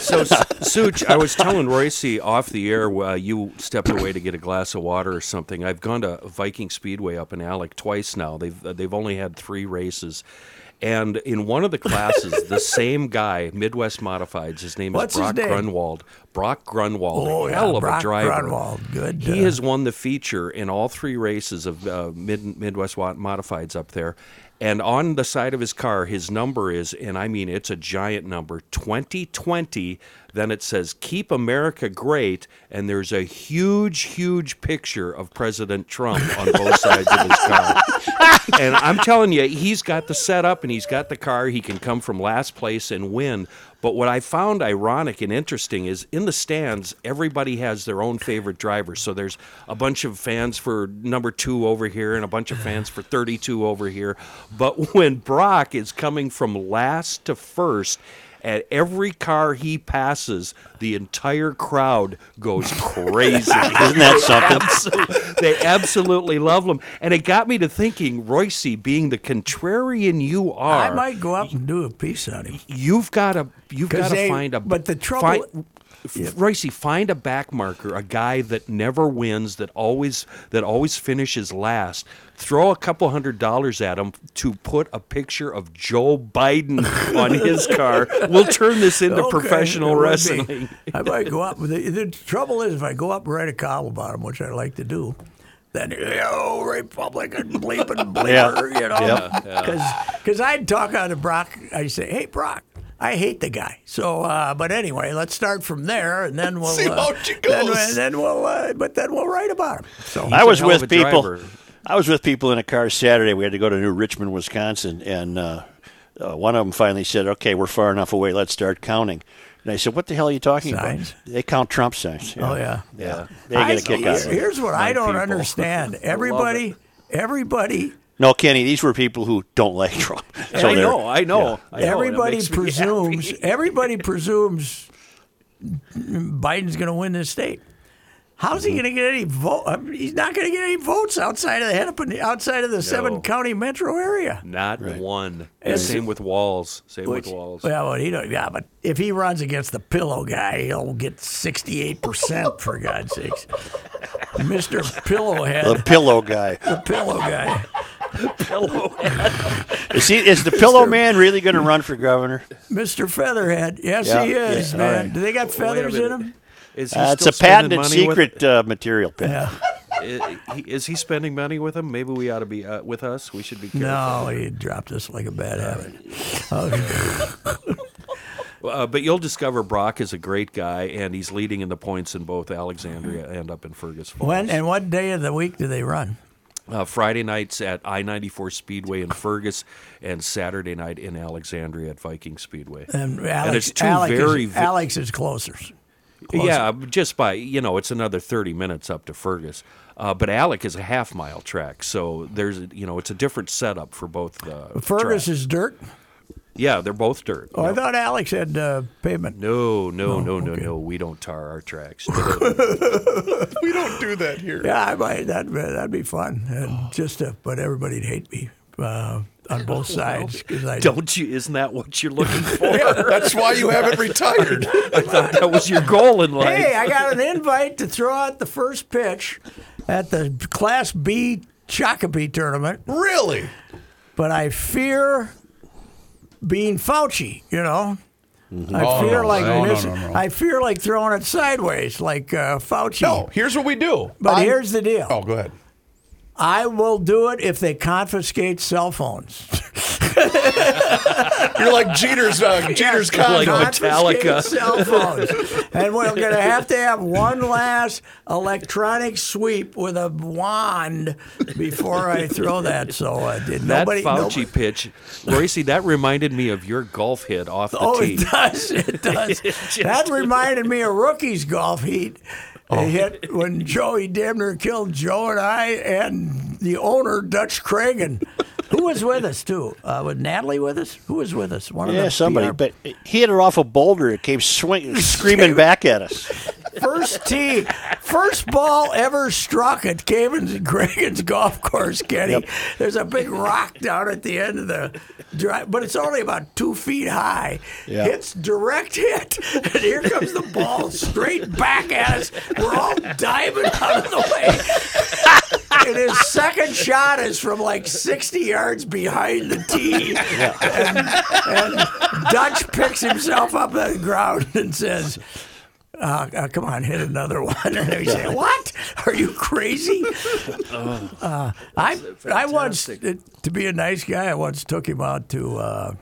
[SPEAKER 4] So, Such, I was telling Royce off the air, uh, you stepped away to get a glass of water or something. uh, I've gone to Viking Speedway up in Alec twice now. They've they've only had three races, And in one of the
[SPEAKER 1] (laughs)
[SPEAKER 4] classes, the same guy, Midwest Modifieds, his name
[SPEAKER 1] What's
[SPEAKER 4] is
[SPEAKER 1] his
[SPEAKER 4] Brock
[SPEAKER 1] name?
[SPEAKER 4] Grunwald. Brock Grunwald,
[SPEAKER 1] Oh, yeah,
[SPEAKER 4] hell of
[SPEAKER 1] Brock
[SPEAKER 4] a driver.
[SPEAKER 1] Grunwald, good,
[SPEAKER 4] He
[SPEAKER 1] uh,
[SPEAKER 4] has won the feature in all three races of uh, Mid- Midwest Wa- Modifieds up there. And on the side of his car, his number is, and I mean it's a giant number, 2020. Then it says, Keep America Great. And there's a huge, huge picture of President Trump on both sides of his car. and I'm telling you, he's got the setup and he's got the car. He can come from last place and win. But what I found ironic and interesting is in the stands, everybody has their own favorite driver. So there's a bunch of fans for number two over here and a bunch of fans for 32 over here. But (laughs) when Brock is coming from last to first, at every car he passes, the entire crowd goes crazy.
[SPEAKER 2] Isn't that
[SPEAKER 4] (laughs)
[SPEAKER 2] something?
[SPEAKER 4] Abso- they absolutely love them. And it got me to thinking, Royce, being the contrarian you
[SPEAKER 1] I
[SPEAKER 4] are,
[SPEAKER 1] might go up and do a piece on him.
[SPEAKER 4] you've got to you've
[SPEAKER 1] 'Cause
[SPEAKER 4] got to
[SPEAKER 1] they-
[SPEAKER 4] find a
[SPEAKER 1] but the trouble-
[SPEAKER 4] Find, Royce, find a back marker, a guy that never wins, that always that always finishes last. Throw a couple hundred dollars at him to put a picture of
[SPEAKER 1] (laughs)
[SPEAKER 4] Joe Biden on his car. We'll turn this into
[SPEAKER 1] Okay,
[SPEAKER 4] professional
[SPEAKER 1] it would be. (laughs)
[SPEAKER 4] wrestling.
[SPEAKER 1] I might go up. The, the trouble is, if I go up and write a column about him, which I like to do, then oh, Republican
[SPEAKER 2] (laughs)
[SPEAKER 1] bleeping bleeper, you know,
[SPEAKER 2] Yep.
[SPEAKER 1] because I'd talk out to Brock. I say, hey, Brock. I hate the guy. So, uh, but anyway, let's start from there, and then we'll
[SPEAKER 3] See
[SPEAKER 1] uh,
[SPEAKER 3] how she
[SPEAKER 1] then-
[SPEAKER 3] goes.
[SPEAKER 1] Then, we'll, uh, but then we'll write about him. So
[SPEAKER 2] I was
[SPEAKER 4] hell of
[SPEAKER 2] with
[SPEAKER 4] a
[SPEAKER 2] people.
[SPEAKER 4] driver.
[SPEAKER 2] I was with people in a car Saturday. We had to go to New Richmond, Wisconsin, and uh, uh, one of them finally said, "Okay, we're far enough away. Let's start counting." And I said, "What the hell are you talking
[SPEAKER 1] Signs?
[SPEAKER 2] about?" They count Trump signs.
[SPEAKER 1] Oh, yeah.
[SPEAKER 2] yeah. They get a
[SPEAKER 1] I-
[SPEAKER 2] kick out of it.
[SPEAKER 1] Here's what I don't
[SPEAKER 4] people.
[SPEAKER 1] understand. Everybody, everybody
[SPEAKER 2] No, Kenny, these were people who don't like Trump. So
[SPEAKER 4] (laughs) I
[SPEAKER 2] they're-
[SPEAKER 4] know, I know, I know. That
[SPEAKER 1] everybody
[SPEAKER 4] makes me (laughs)
[SPEAKER 1] presumes
[SPEAKER 4] happy.
[SPEAKER 1] everybody presumes Biden's going to win this state. How's
[SPEAKER 4] Mm-hmm.
[SPEAKER 1] he going to get any vote? I mean, he's not going to get any votes outside of the Hennepin, outside of the seven county metro area.
[SPEAKER 4] Not one.
[SPEAKER 1] It's-
[SPEAKER 4] Same with walls. Same
[SPEAKER 1] Which-
[SPEAKER 4] with walls.
[SPEAKER 1] yeah, well, he don't, yeah, but if he runs against the pillow guy, he'll get sixty-eight percent for God's
[SPEAKER 4] (laughs)
[SPEAKER 1] sakes, Mister
[SPEAKER 2] The
[SPEAKER 1] Pillowhead,
[SPEAKER 2] pillow
[SPEAKER 4] (laughs)
[SPEAKER 2] guy.
[SPEAKER 1] the pillow guy.
[SPEAKER 2] Is, he, is the pillow man really going to run for governor?
[SPEAKER 1] Mr. Featherhead. Yes,
[SPEAKER 2] Yeah,
[SPEAKER 1] he is,
[SPEAKER 2] yeah, all
[SPEAKER 1] man.
[SPEAKER 2] right.
[SPEAKER 1] Do they got
[SPEAKER 4] Wait a
[SPEAKER 1] feathers in
[SPEAKER 4] minute.
[SPEAKER 1] them?
[SPEAKER 4] Is he
[SPEAKER 2] Uh, it's
[SPEAKER 4] still
[SPEAKER 2] a
[SPEAKER 4] spending
[SPEAKER 2] patented
[SPEAKER 4] money with-
[SPEAKER 2] secret uh, material, Pat.
[SPEAKER 4] I- he- Is he spending money with him? Maybe we ought to be uh, with us. We should be careful.
[SPEAKER 1] No, he dropped us like a bad habit.
[SPEAKER 4] Uh, but you'll discover Brock is a great guy, and he's leading in the points in both Alexandria and up in Fergus Falls.
[SPEAKER 1] When and what day of the week do they run?
[SPEAKER 4] Uh, Friday nights at I 94 Speedway in Fergus, and Saturday night in Alexandria at Viking Speedway.
[SPEAKER 1] And Alex,
[SPEAKER 4] it's two
[SPEAKER 1] Alex
[SPEAKER 4] very
[SPEAKER 1] is,
[SPEAKER 4] vi-
[SPEAKER 1] Alex is closer.
[SPEAKER 4] Yeah, just by you know, it's another thirty minutes up to Fergus. Uh, but Alec is a half mile track, so there's you know, it's a different setup for both. Uh,
[SPEAKER 1] Fergus
[SPEAKER 4] tracks.
[SPEAKER 1] is dirt.
[SPEAKER 4] yeah, they're both dirt.
[SPEAKER 1] Oh, I thought Alex had uh, pavement.
[SPEAKER 4] no, no, no, no, no. We don't tar our (laughs) tracks.
[SPEAKER 3] We don't do that here.
[SPEAKER 1] Yeah, I might. That that'd be fun.
[SPEAKER 4] Oh.
[SPEAKER 1] And just to, but everybody'd hate me uh,
[SPEAKER 4] (laughs)
[SPEAKER 1] on both sides because I
[SPEAKER 4] don't you? Isn't that what (laughs) you're looking for?
[SPEAKER 3] That's why you haven't retired.
[SPEAKER 4] I thought that was your goal in life.
[SPEAKER 1] (laughs) Hey, I got an invite to throw out the first pitch at the Class B Chocopee tournament.
[SPEAKER 3] Really?
[SPEAKER 1] but I fear being Fauci. You know, I
[SPEAKER 3] Oh,
[SPEAKER 1] fear
[SPEAKER 3] no,
[SPEAKER 1] like
[SPEAKER 3] no, no,
[SPEAKER 1] miss-
[SPEAKER 3] no, no.
[SPEAKER 1] I fear like throwing it sideways, like uh, Fauci.
[SPEAKER 3] No, here's what we do.
[SPEAKER 1] But
[SPEAKER 3] I'm-
[SPEAKER 1] here's the deal.
[SPEAKER 3] Oh, go ahead.
[SPEAKER 1] I will do it if they confiscate cell
[SPEAKER 3] (laughs)
[SPEAKER 1] phones.
[SPEAKER 3] You're like
[SPEAKER 1] (laughs)
[SPEAKER 3] Jeter's uh, Jeter's
[SPEAKER 4] Like
[SPEAKER 3] condo.
[SPEAKER 4] Metallica.
[SPEAKER 1] Confiscate cell phones. and we're going to have to have one last electronic sweep with a wand before I throw that. So uh, did
[SPEAKER 4] That
[SPEAKER 1] nobody.
[SPEAKER 4] Fauci
[SPEAKER 1] nobody-
[SPEAKER 4] pitch, Roycey, that reminded me of your golf hit off the
[SPEAKER 1] Oh,
[SPEAKER 4] tee.
[SPEAKER 1] it does.
[SPEAKER 4] (laughs)
[SPEAKER 1] It does. that reminded me of rookies golf heat.
[SPEAKER 4] Oh.
[SPEAKER 1] They hit when Joey Damner killed Joe and I and the owner Dutch Cragen, who was with us too. Uh, was Natalie with us? Who was with us? One of
[SPEAKER 2] Yeah,
[SPEAKER 1] the
[SPEAKER 2] somebody.
[SPEAKER 1] PR
[SPEAKER 2] But
[SPEAKER 4] (laughs)
[SPEAKER 2] he hit it off a boulder. It came swing, screaming back at us.
[SPEAKER 1] first tee, first ball ever struck at Caven's Gregan's golf course, Kenny. There's a big rock down at the end of the drive, but it's only about two feet high.
[SPEAKER 2] Yeah.
[SPEAKER 1] It's direct hit, and here comes the ball straight back at us. We're all diving out of the way. And his second shot is from like 60 yards behind the tee. And, and Dutch picks himself up on the ground and says, uh, uh, come on, hit another one. (laughs) And we say, what? Are you crazy? Uh, I I once, to be a nice guy, I once took him out to uh,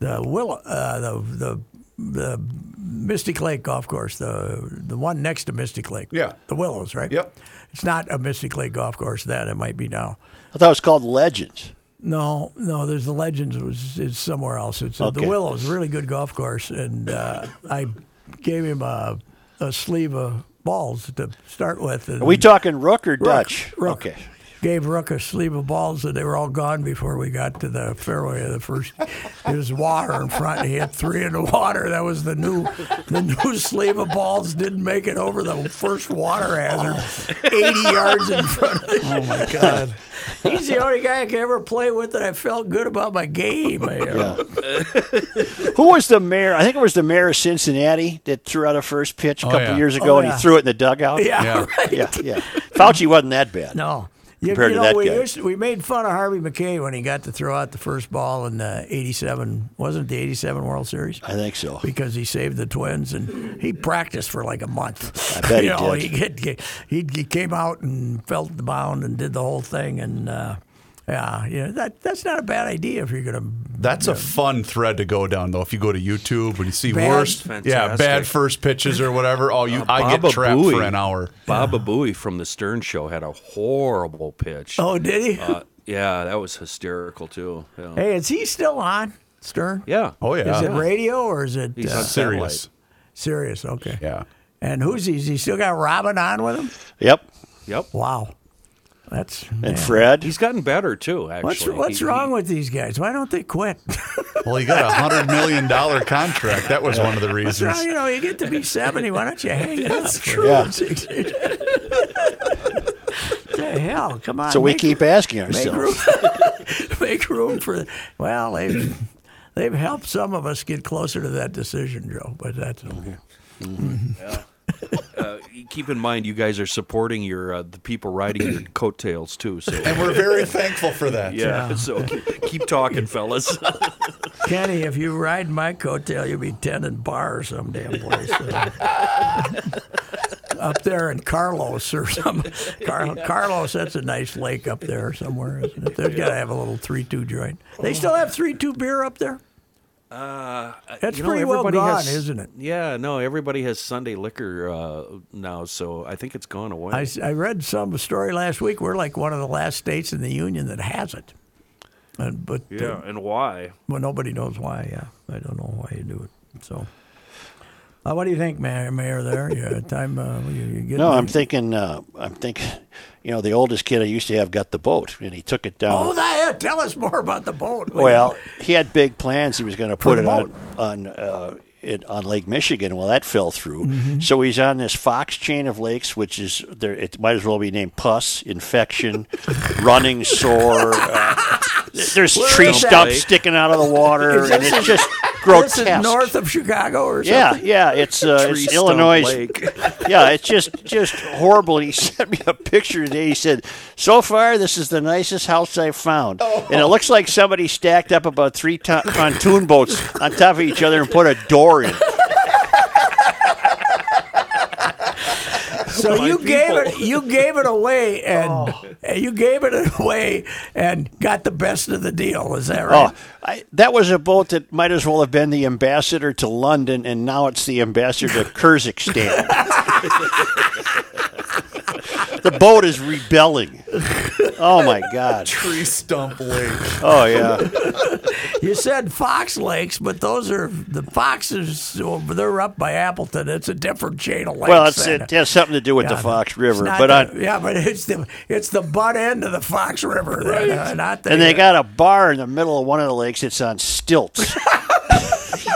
[SPEAKER 1] the Willow, uh, the, the the Mystic Lake golf course, the the one next to Mystic Lake.
[SPEAKER 3] Yeah.
[SPEAKER 1] the Willows, right?
[SPEAKER 3] Yep.
[SPEAKER 1] It's not a Mystic Lake golf course then. It might be now.
[SPEAKER 2] I thought it was called Legends.
[SPEAKER 1] No, no. There's the Legends. Was is somewhere else. It's uh the
[SPEAKER 2] Okay.
[SPEAKER 1] Willows. Really good golf course, and uh, I gave him a, a sleeve of balls to start with. And
[SPEAKER 2] Are we talking Rook or
[SPEAKER 1] Mm-hmm. Rook,
[SPEAKER 2] Dutch?
[SPEAKER 1] Rook.
[SPEAKER 2] Okay.
[SPEAKER 1] Gave Rook a sleeve of balls, and they were all gone before we got to the fairway of the first. There was water in front. He hit three in the water. That was the new, the new sleeve of balls didn't make it over the first water hazard, eighty yards in front. of Oh my God! He's the only guy I could ever play with that I felt good about my game. I, uh,
[SPEAKER 2] Who was the mayor? I think it was the mayor of Cincinnati that threw out a first pitch a
[SPEAKER 3] Oh,
[SPEAKER 2] couple
[SPEAKER 3] yeah.
[SPEAKER 2] years ago,
[SPEAKER 1] Oh,
[SPEAKER 2] and
[SPEAKER 1] yeah.
[SPEAKER 2] he threw it in the dugout.
[SPEAKER 1] (laughs) yeah,
[SPEAKER 3] Yeah.
[SPEAKER 1] right.
[SPEAKER 2] yeah, yeah. Fauci wasn't that bad.
[SPEAKER 1] No. You,
[SPEAKER 2] Compared
[SPEAKER 1] you
[SPEAKER 2] to
[SPEAKER 1] know,
[SPEAKER 2] that
[SPEAKER 1] we,
[SPEAKER 2] guy.
[SPEAKER 1] used- we made fun of Harvey McKay when he got to throw out the first ball in the 87, wasn't it the 87 World Series?
[SPEAKER 2] I think so.
[SPEAKER 1] Because he saved the Twins and he practiced for like a month.
[SPEAKER 2] I
[SPEAKER 1] (laughs)
[SPEAKER 2] bet
[SPEAKER 1] you
[SPEAKER 2] he
[SPEAKER 1] know,
[SPEAKER 2] did.
[SPEAKER 1] He, get, get- he, he came out and felt the bound and did the whole thing. And uh, yeah, you know, that, that's not a bad idea if you're going to.
[SPEAKER 3] That's a fun thread to go down though. If you go to YouTube and you see
[SPEAKER 1] Bad-
[SPEAKER 3] worst, yeah,
[SPEAKER 4] Fantastic.
[SPEAKER 3] bad first pitches or whatever. Oh, you, I
[SPEAKER 4] Baba
[SPEAKER 3] get trapped
[SPEAKER 4] Booey.
[SPEAKER 3] for an hour.
[SPEAKER 4] Baba Booey from the Stern Show had a horrible pitch.
[SPEAKER 1] Oh, did he?
[SPEAKER 4] Uh, yeah, that was hysterical too. Yeah,
[SPEAKER 1] hey, is he still on, Stern?
[SPEAKER 4] yeah.
[SPEAKER 3] Oh yeah,
[SPEAKER 1] Is it radio or is it
[SPEAKER 4] He's
[SPEAKER 1] uh,
[SPEAKER 4] on
[SPEAKER 3] serious.
[SPEAKER 1] serious? Okay.
[SPEAKER 3] Yeah,
[SPEAKER 1] And who's he? He still got Robin on with him?
[SPEAKER 2] Yep.
[SPEAKER 4] Yep.
[SPEAKER 1] Wow. That's man.
[SPEAKER 2] And Fred.
[SPEAKER 4] He's gotten better too. Actually,
[SPEAKER 1] What's what's
[SPEAKER 4] He- he-
[SPEAKER 1] wrong with these guys? Why don't they quit?
[SPEAKER 3] Well, he got a hundred million dollar contract. That was one of the reasons.
[SPEAKER 1] you know, you get to be seventy. Why don't you hang it That's up? for
[SPEAKER 2] Yeah.
[SPEAKER 1] sixty- (laughs) the hell, come on.
[SPEAKER 2] so we
[SPEAKER 1] make-
[SPEAKER 2] keep asking
[SPEAKER 1] make
[SPEAKER 2] ourselves.
[SPEAKER 1] room, make room for. (laughs) Well, they've they've helped some of us get closer to that decision, Joe. But that's okay.
[SPEAKER 4] Keep in mind, you guys are supporting your uh, the people
[SPEAKER 1] (clears throat)
[SPEAKER 4] riding your coattails too. So
[SPEAKER 3] And we're very thankful for that.
[SPEAKER 4] yeah. (laughs) So keep, keep
[SPEAKER 1] (laughs)
[SPEAKER 4] talking, fellas.
[SPEAKER 1] Kenny, if you ride my coattail, you'll be tending bar or some damn place. uh, up there in Carlos or some Car- Carlos, that's a nice lake up there somewhere, isn't it? They've got to have a little three-two joint. They still have three-two beer up there. That's
[SPEAKER 4] You know,
[SPEAKER 1] pretty well
[SPEAKER 4] everybody
[SPEAKER 1] gone,
[SPEAKER 4] has-
[SPEAKER 1] isn't it?
[SPEAKER 4] Yeah, no, everybody has Sunday liquor uh, now, so I think it's gone away.
[SPEAKER 1] I, s- I read some story last week. We're like one of the last states in the union that has it, and, but uh,
[SPEAKER 4] yeah, and why?
[SPEAKER 1] well, nobody knows why. Yeah, I don't know why you do it. So, uh, what do you think, Mayor? Mayor, there, yeah, time. Uh, you, you get
[SPEAKER 2] No, I'm thinking. Uh, I'm thinking. You know, the oldest kid I used to have got the boat, and he took it down.
[SPEAKER 1] Oh, that, yeah, tell us more about the boat.
[SPEAKER 2] well, he had big plans. He was going to put
[SPEAKER 1] the
[SPEAKER 2] it on on uh, it, on Lake Michigan. Well, that fell through.
[SPEAKER 1] Mm-hmm.
[SPEAKER 2] So he's on this Fox chain of lakes, which is there. It might as well be named pus, infection,
[SPEAKER 1] (laughs)
[SPEAKER 2] running sore. Uh, there's tree
[SPEAKER 4] is that?
[SPEAKER 2] stumps sticking out of the water, and it's just
[SPEAKER 1] this
[SPEAKER 2] grotesque.
[SPEAKER 1] is north of Chicago, or something.
[SPEAKER 2] yeah, yeah, it's, uh,
[SPEAKER 4] Tree
[SPEAKER 2] it's
[SPEAKER 4] stump
[SPEAKER 2] Illinois.
[SPEAKER 4] lake.
[SPEAKER 2] (laughs) yeah, it's just just horrible. He (laughs) sent me a picture today. He said, "So far, this is the nicest house I've found,
[SPEAKER 4] Oh.
[SPEAKER 2] and it looks like somebody stacked up about three ton- pontoon boats on top of each other and put a door
[SPEAKER 4] (laughs)
[SPEAKER 2] in."
[SPEAKER 1] So you gave it, you gave it away, and and you gave it (laughs) away, and got the best of the deal. Is that right?
[SPEAKER 2] Oh, I, that was a boat that might as well have been the ambassador to London, and now it's the
[SPEAKER 4] (laughs)
[SPEAKER 2] ambassador to Kyrgyzstan. the boat is rebelling. Oh my God!
[SPEAKER 3] Tree stump lake.
[SPEAKER 2] Oh yeah.
[SPEAKER 1] You said Fox Lakes, but those are the foxes. They're up by Appleton. It's a different chain of lakes.
[SPEAKER 2] Well, it's,
[SPEAKER 1] than-
[SPEAKER 2] it has something to do with the
[SPEAKER 1] Yeah,
[SPEAKER 2] Fox
[SPEAKER 1] it's
[SPEAKER 2] River,
[SPEAKER 1] not
[SPEAKER 2] but
[SPEAKER 1] the-
[SPEAKER 2] on,
[SPEAKER 1] yeah, but it's the it's the butt end of the Fox River, uh, not the,
[SPEAKER 2] And they got a bar in the middle of one of the lakes. It's on
[SPEAKER 1] (laughs)
[SPEAKER 2] stilts.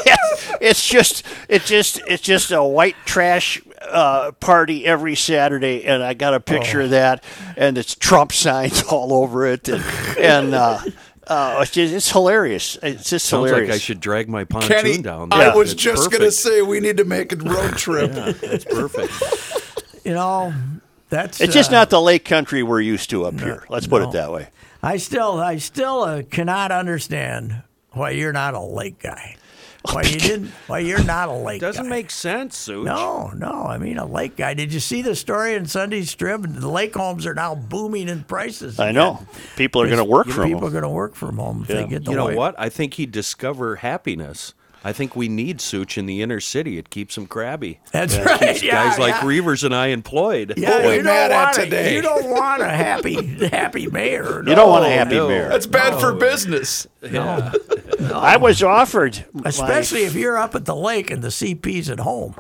[SPEAKER 2] Yeah, it's just, it's just, it's just a white trash uh, uh, party every Saturday, and I got a picture
[SPEAKER 1] Oh.
[SPEAKER 2] of that, and it's Trump signs (laughs) all over it, and, and uh, uh, it's, just, it's hilarious. It's just
[SPEAKER 4] Sounds
[SPEAKER 2] hilarious.
[SPEAKER 4] like I should drag my pontoon
[SPEAKER 3] Kenny,
[SPEAKER 4] down. there.
[SPEAKER 3] I was
[SPEAKER 4] It's
[SPEAKER 3] just
[SPEAKER 4] perfect.
[SPEAKER 3] going to say we need to make a
[SPEAKER 4] (laughs)
[SPEAKER 3] road trip.
[SPEAKER 4] It's perfect.
[SPEAKER 1] You know, that's
[SPEAKER 2] It's just
[SPEAKER 1] uh,
[SPEAKER 2] not the lake country we're used to up here. Let's put it that way.
[SPEAKER 1] I still, I still uh, cannot understand why you're not a lake guy. Why you didn't? Why you're not a lake?
[SPEAKER 4] Doesn't
[SPEAKER 1] guy.
[SPEAKER 4] make sense, Such.
[SPEAKER 1] No, no. I mean, a lake guy. Did you see the story in Sunday's Strip? The lake homes are now booming in prices.
[SPEAKER 2] I know people are going to work from
[SPEAKER 1] People are
[SPEAKER 2] them.
[SPEAKER 1] going to work from home if they get the
[SPEAKER 4] You know
[SPEAKER 1] lake.
[SPEAKER 4] what? I think he'd discover happiness. I think we need Such in the inner city. It keeps him crabby.
[SPEAKER 1] That's right.
[SPEAKER 4] These
[SPEAKER 1] yeah,
[SPEAKER 4] guys like
[SPEAKER 1] yeah.
[SPEAKER 4] Reavers and I employed.
[SPEAKER 1] Yeah,
[SPEAKER 3] Boy,
[SPEAKER 1] you
[SPEAKER 3] mad
[SPEAKER 1] don't
[SPEAKER 3] at
[SPEAKER 1] want
[SPEAKER 3] today.
[SPEAKER 1] a, you
[SPEAKER 4] (laughs)
[SPEAKER 1] don't want a happy happy mayor.
[SPEAKER 2] You don't want a
[SPEAKER 1] no.
[SPEAKER 2] happy
[SPEAKER 4] no.
[SPEAKER 2] mayor.
[SPEAKER 3] That's bad
[SPEAKER 4] Oh.
[SPEAKER 3] for business.
[SPEAKER 2] I was offered, my-
[SPEAKER 1] Especially if you're up at the lake and the CP's at home.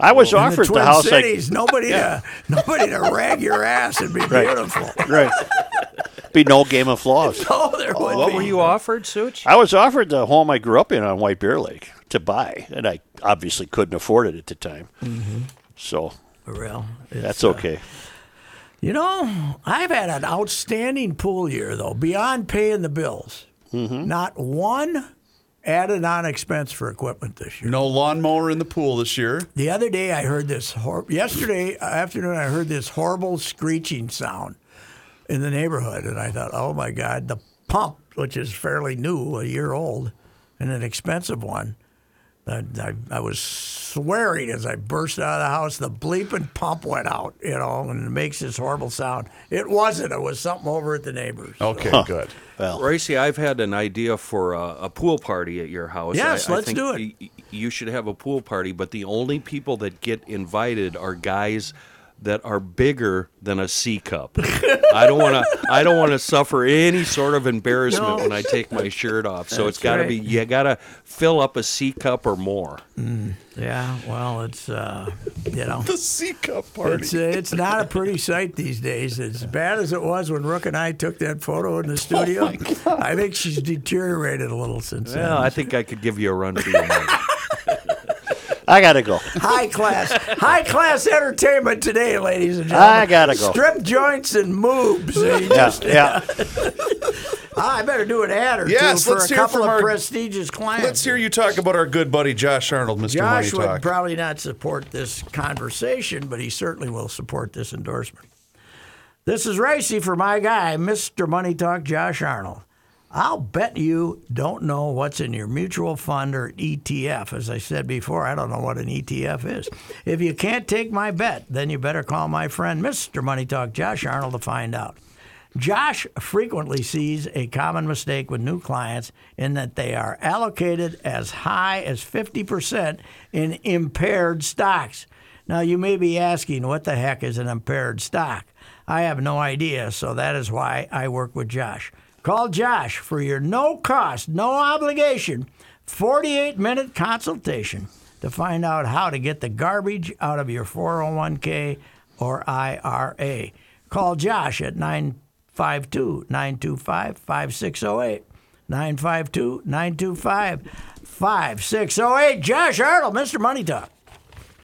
[SPEAKER 2] I was
[SPEAKER 1] In the
[SPEAKER 2] offered the,
[SPEAKER 1] Twin
[SPEAKER 2] house. I-
[SPEAKER 1] Cities, nobody to nobody to rag your ass and be beautiful.
[SPEAKER 2] (laughs)
[SPEAKER 1] (laughs)
[SPEAKER 2] right. Be no game of flaws.
[SPEAKER 1] Oh, there would
[SPEAKER 4] What
[SPEAKER 1] be.
[SPEAKER 4] were you offered, Such?
[SPEAKER 2] I was offered the home I grew up in on White Bear Lake to buy, and I obviously couldn't afford it at the time.
[SPEAKER 1] Mm-hmm.
[SPEAKER 2] So
[SPEAKER 1] For real.
[SPEAKER 2] that's okay.
[SPEAKER 1] You know, I've had an outstanding pool year though, beyond paying the bills. Not one added on expense for equipment this year.
[SPEAKER 3] No lawnmower in the pool this year.
[SPEAKER 1] The other day, I heard this. Hor- yesterday afternoon, I heard this horrible screeching sound in the neighborhood, and I thought, "Oh my God!" The pump, which is fairly new, a year old, and an expensive one. I, I, I was swearing as I burst out of the house. The bleeping pump went out, you know, and it makes this horrible sound. It wasn't. It was something over at the neighbors.
[SPEAKER 3] Okay, good.
[SPEAKER 4] Racy, I've had an idea for a, a pool party at your house.
[SPEAKER 1] Yes, let's do it.
[SPEAKER 4] y- y- You should have a pool party, but the only people that get invited are guys that are bigger than a C cup. I don't want to. I don't want to suffer any sort of embarrassment when I take my shirt off. So it's got to be.
[SPEAKER 1] right.
[SPEAKER 4] You got to fill up a C cup or more.
[SPEAKER 1] Yeah. Well, it's uh, you know.
[SPEAKER 3] The C cup
[SPEAKER 1] It's, uh, it's not a pretty sight these days. As bad as it was when Rook and I took that
[SPEAKER 2] (laughs)
[SPEAKER 1] photo
[SPEAKER 2] Oh,
[SPEAKER 1] in the studio, I think she's deteriorated a little since then.
[SPEAKER 4] Well, I think I could give you a run for your money.
[SPEAKER 2] I gotta go.
[SPEAKER 1] High class, high class entertainment today, ladies and gentlemen.
[SPEAKER 2] I gotta go.
[SPEAKER 1] Strip joints and moobs. You
[SPEAKER 2] Yeah,
[SPEAKER 1] just- Ah,
[SPEAKER 2] yeah.
[SPEAKER 1] I better do an ad or
[SPEAKER 3] Yes,
[SPEAKER 1] two for
[SPEAKER 3] let's
[SPEAKER 1] a
[SPEAKER 3] hear
[SPEAKER 1] couple
[SPEAKER 3] from
[SPEAKER 1] of
[SPEAKER 3] our-
[SPEAKER 1] prestigious clients.
[SPEAKER 3] Let's hear you talk about our good buddy Josh Arnold, Mr.
[SPEAKER 1] Josh
[SPEAKER 3] Money
[SPEAKER 1] would
[SPEAKER 3] Talk.
[SPEAKER 1] probably not support this conversation, but he certainly will support this endorsement. This is Racy for my guy, Mr. Money Talk, Josh Arnold. I'll bet you don't know what's in your mutual fund or ETF. As I said before, I don't know what an ETF is. If you can't take my bet, then you better call my friend, Mr. Money Talk, Josh Arnold, to find out. Josh frequently sees a common mistake with new clients in that they are allocated as high as 50% in impaired stocks. Now, you may be asking, what the heck is an impaired stock? I have no idea, so that is why I work with Josh. Call Josh for your no cost, no obligation, 48 minute consultation to find out how to get the garbage out of your 401k or IRA. Call Josh at 952 925 5608. 952 925 5608. Josh oh Arnold, Mr. Money Talk.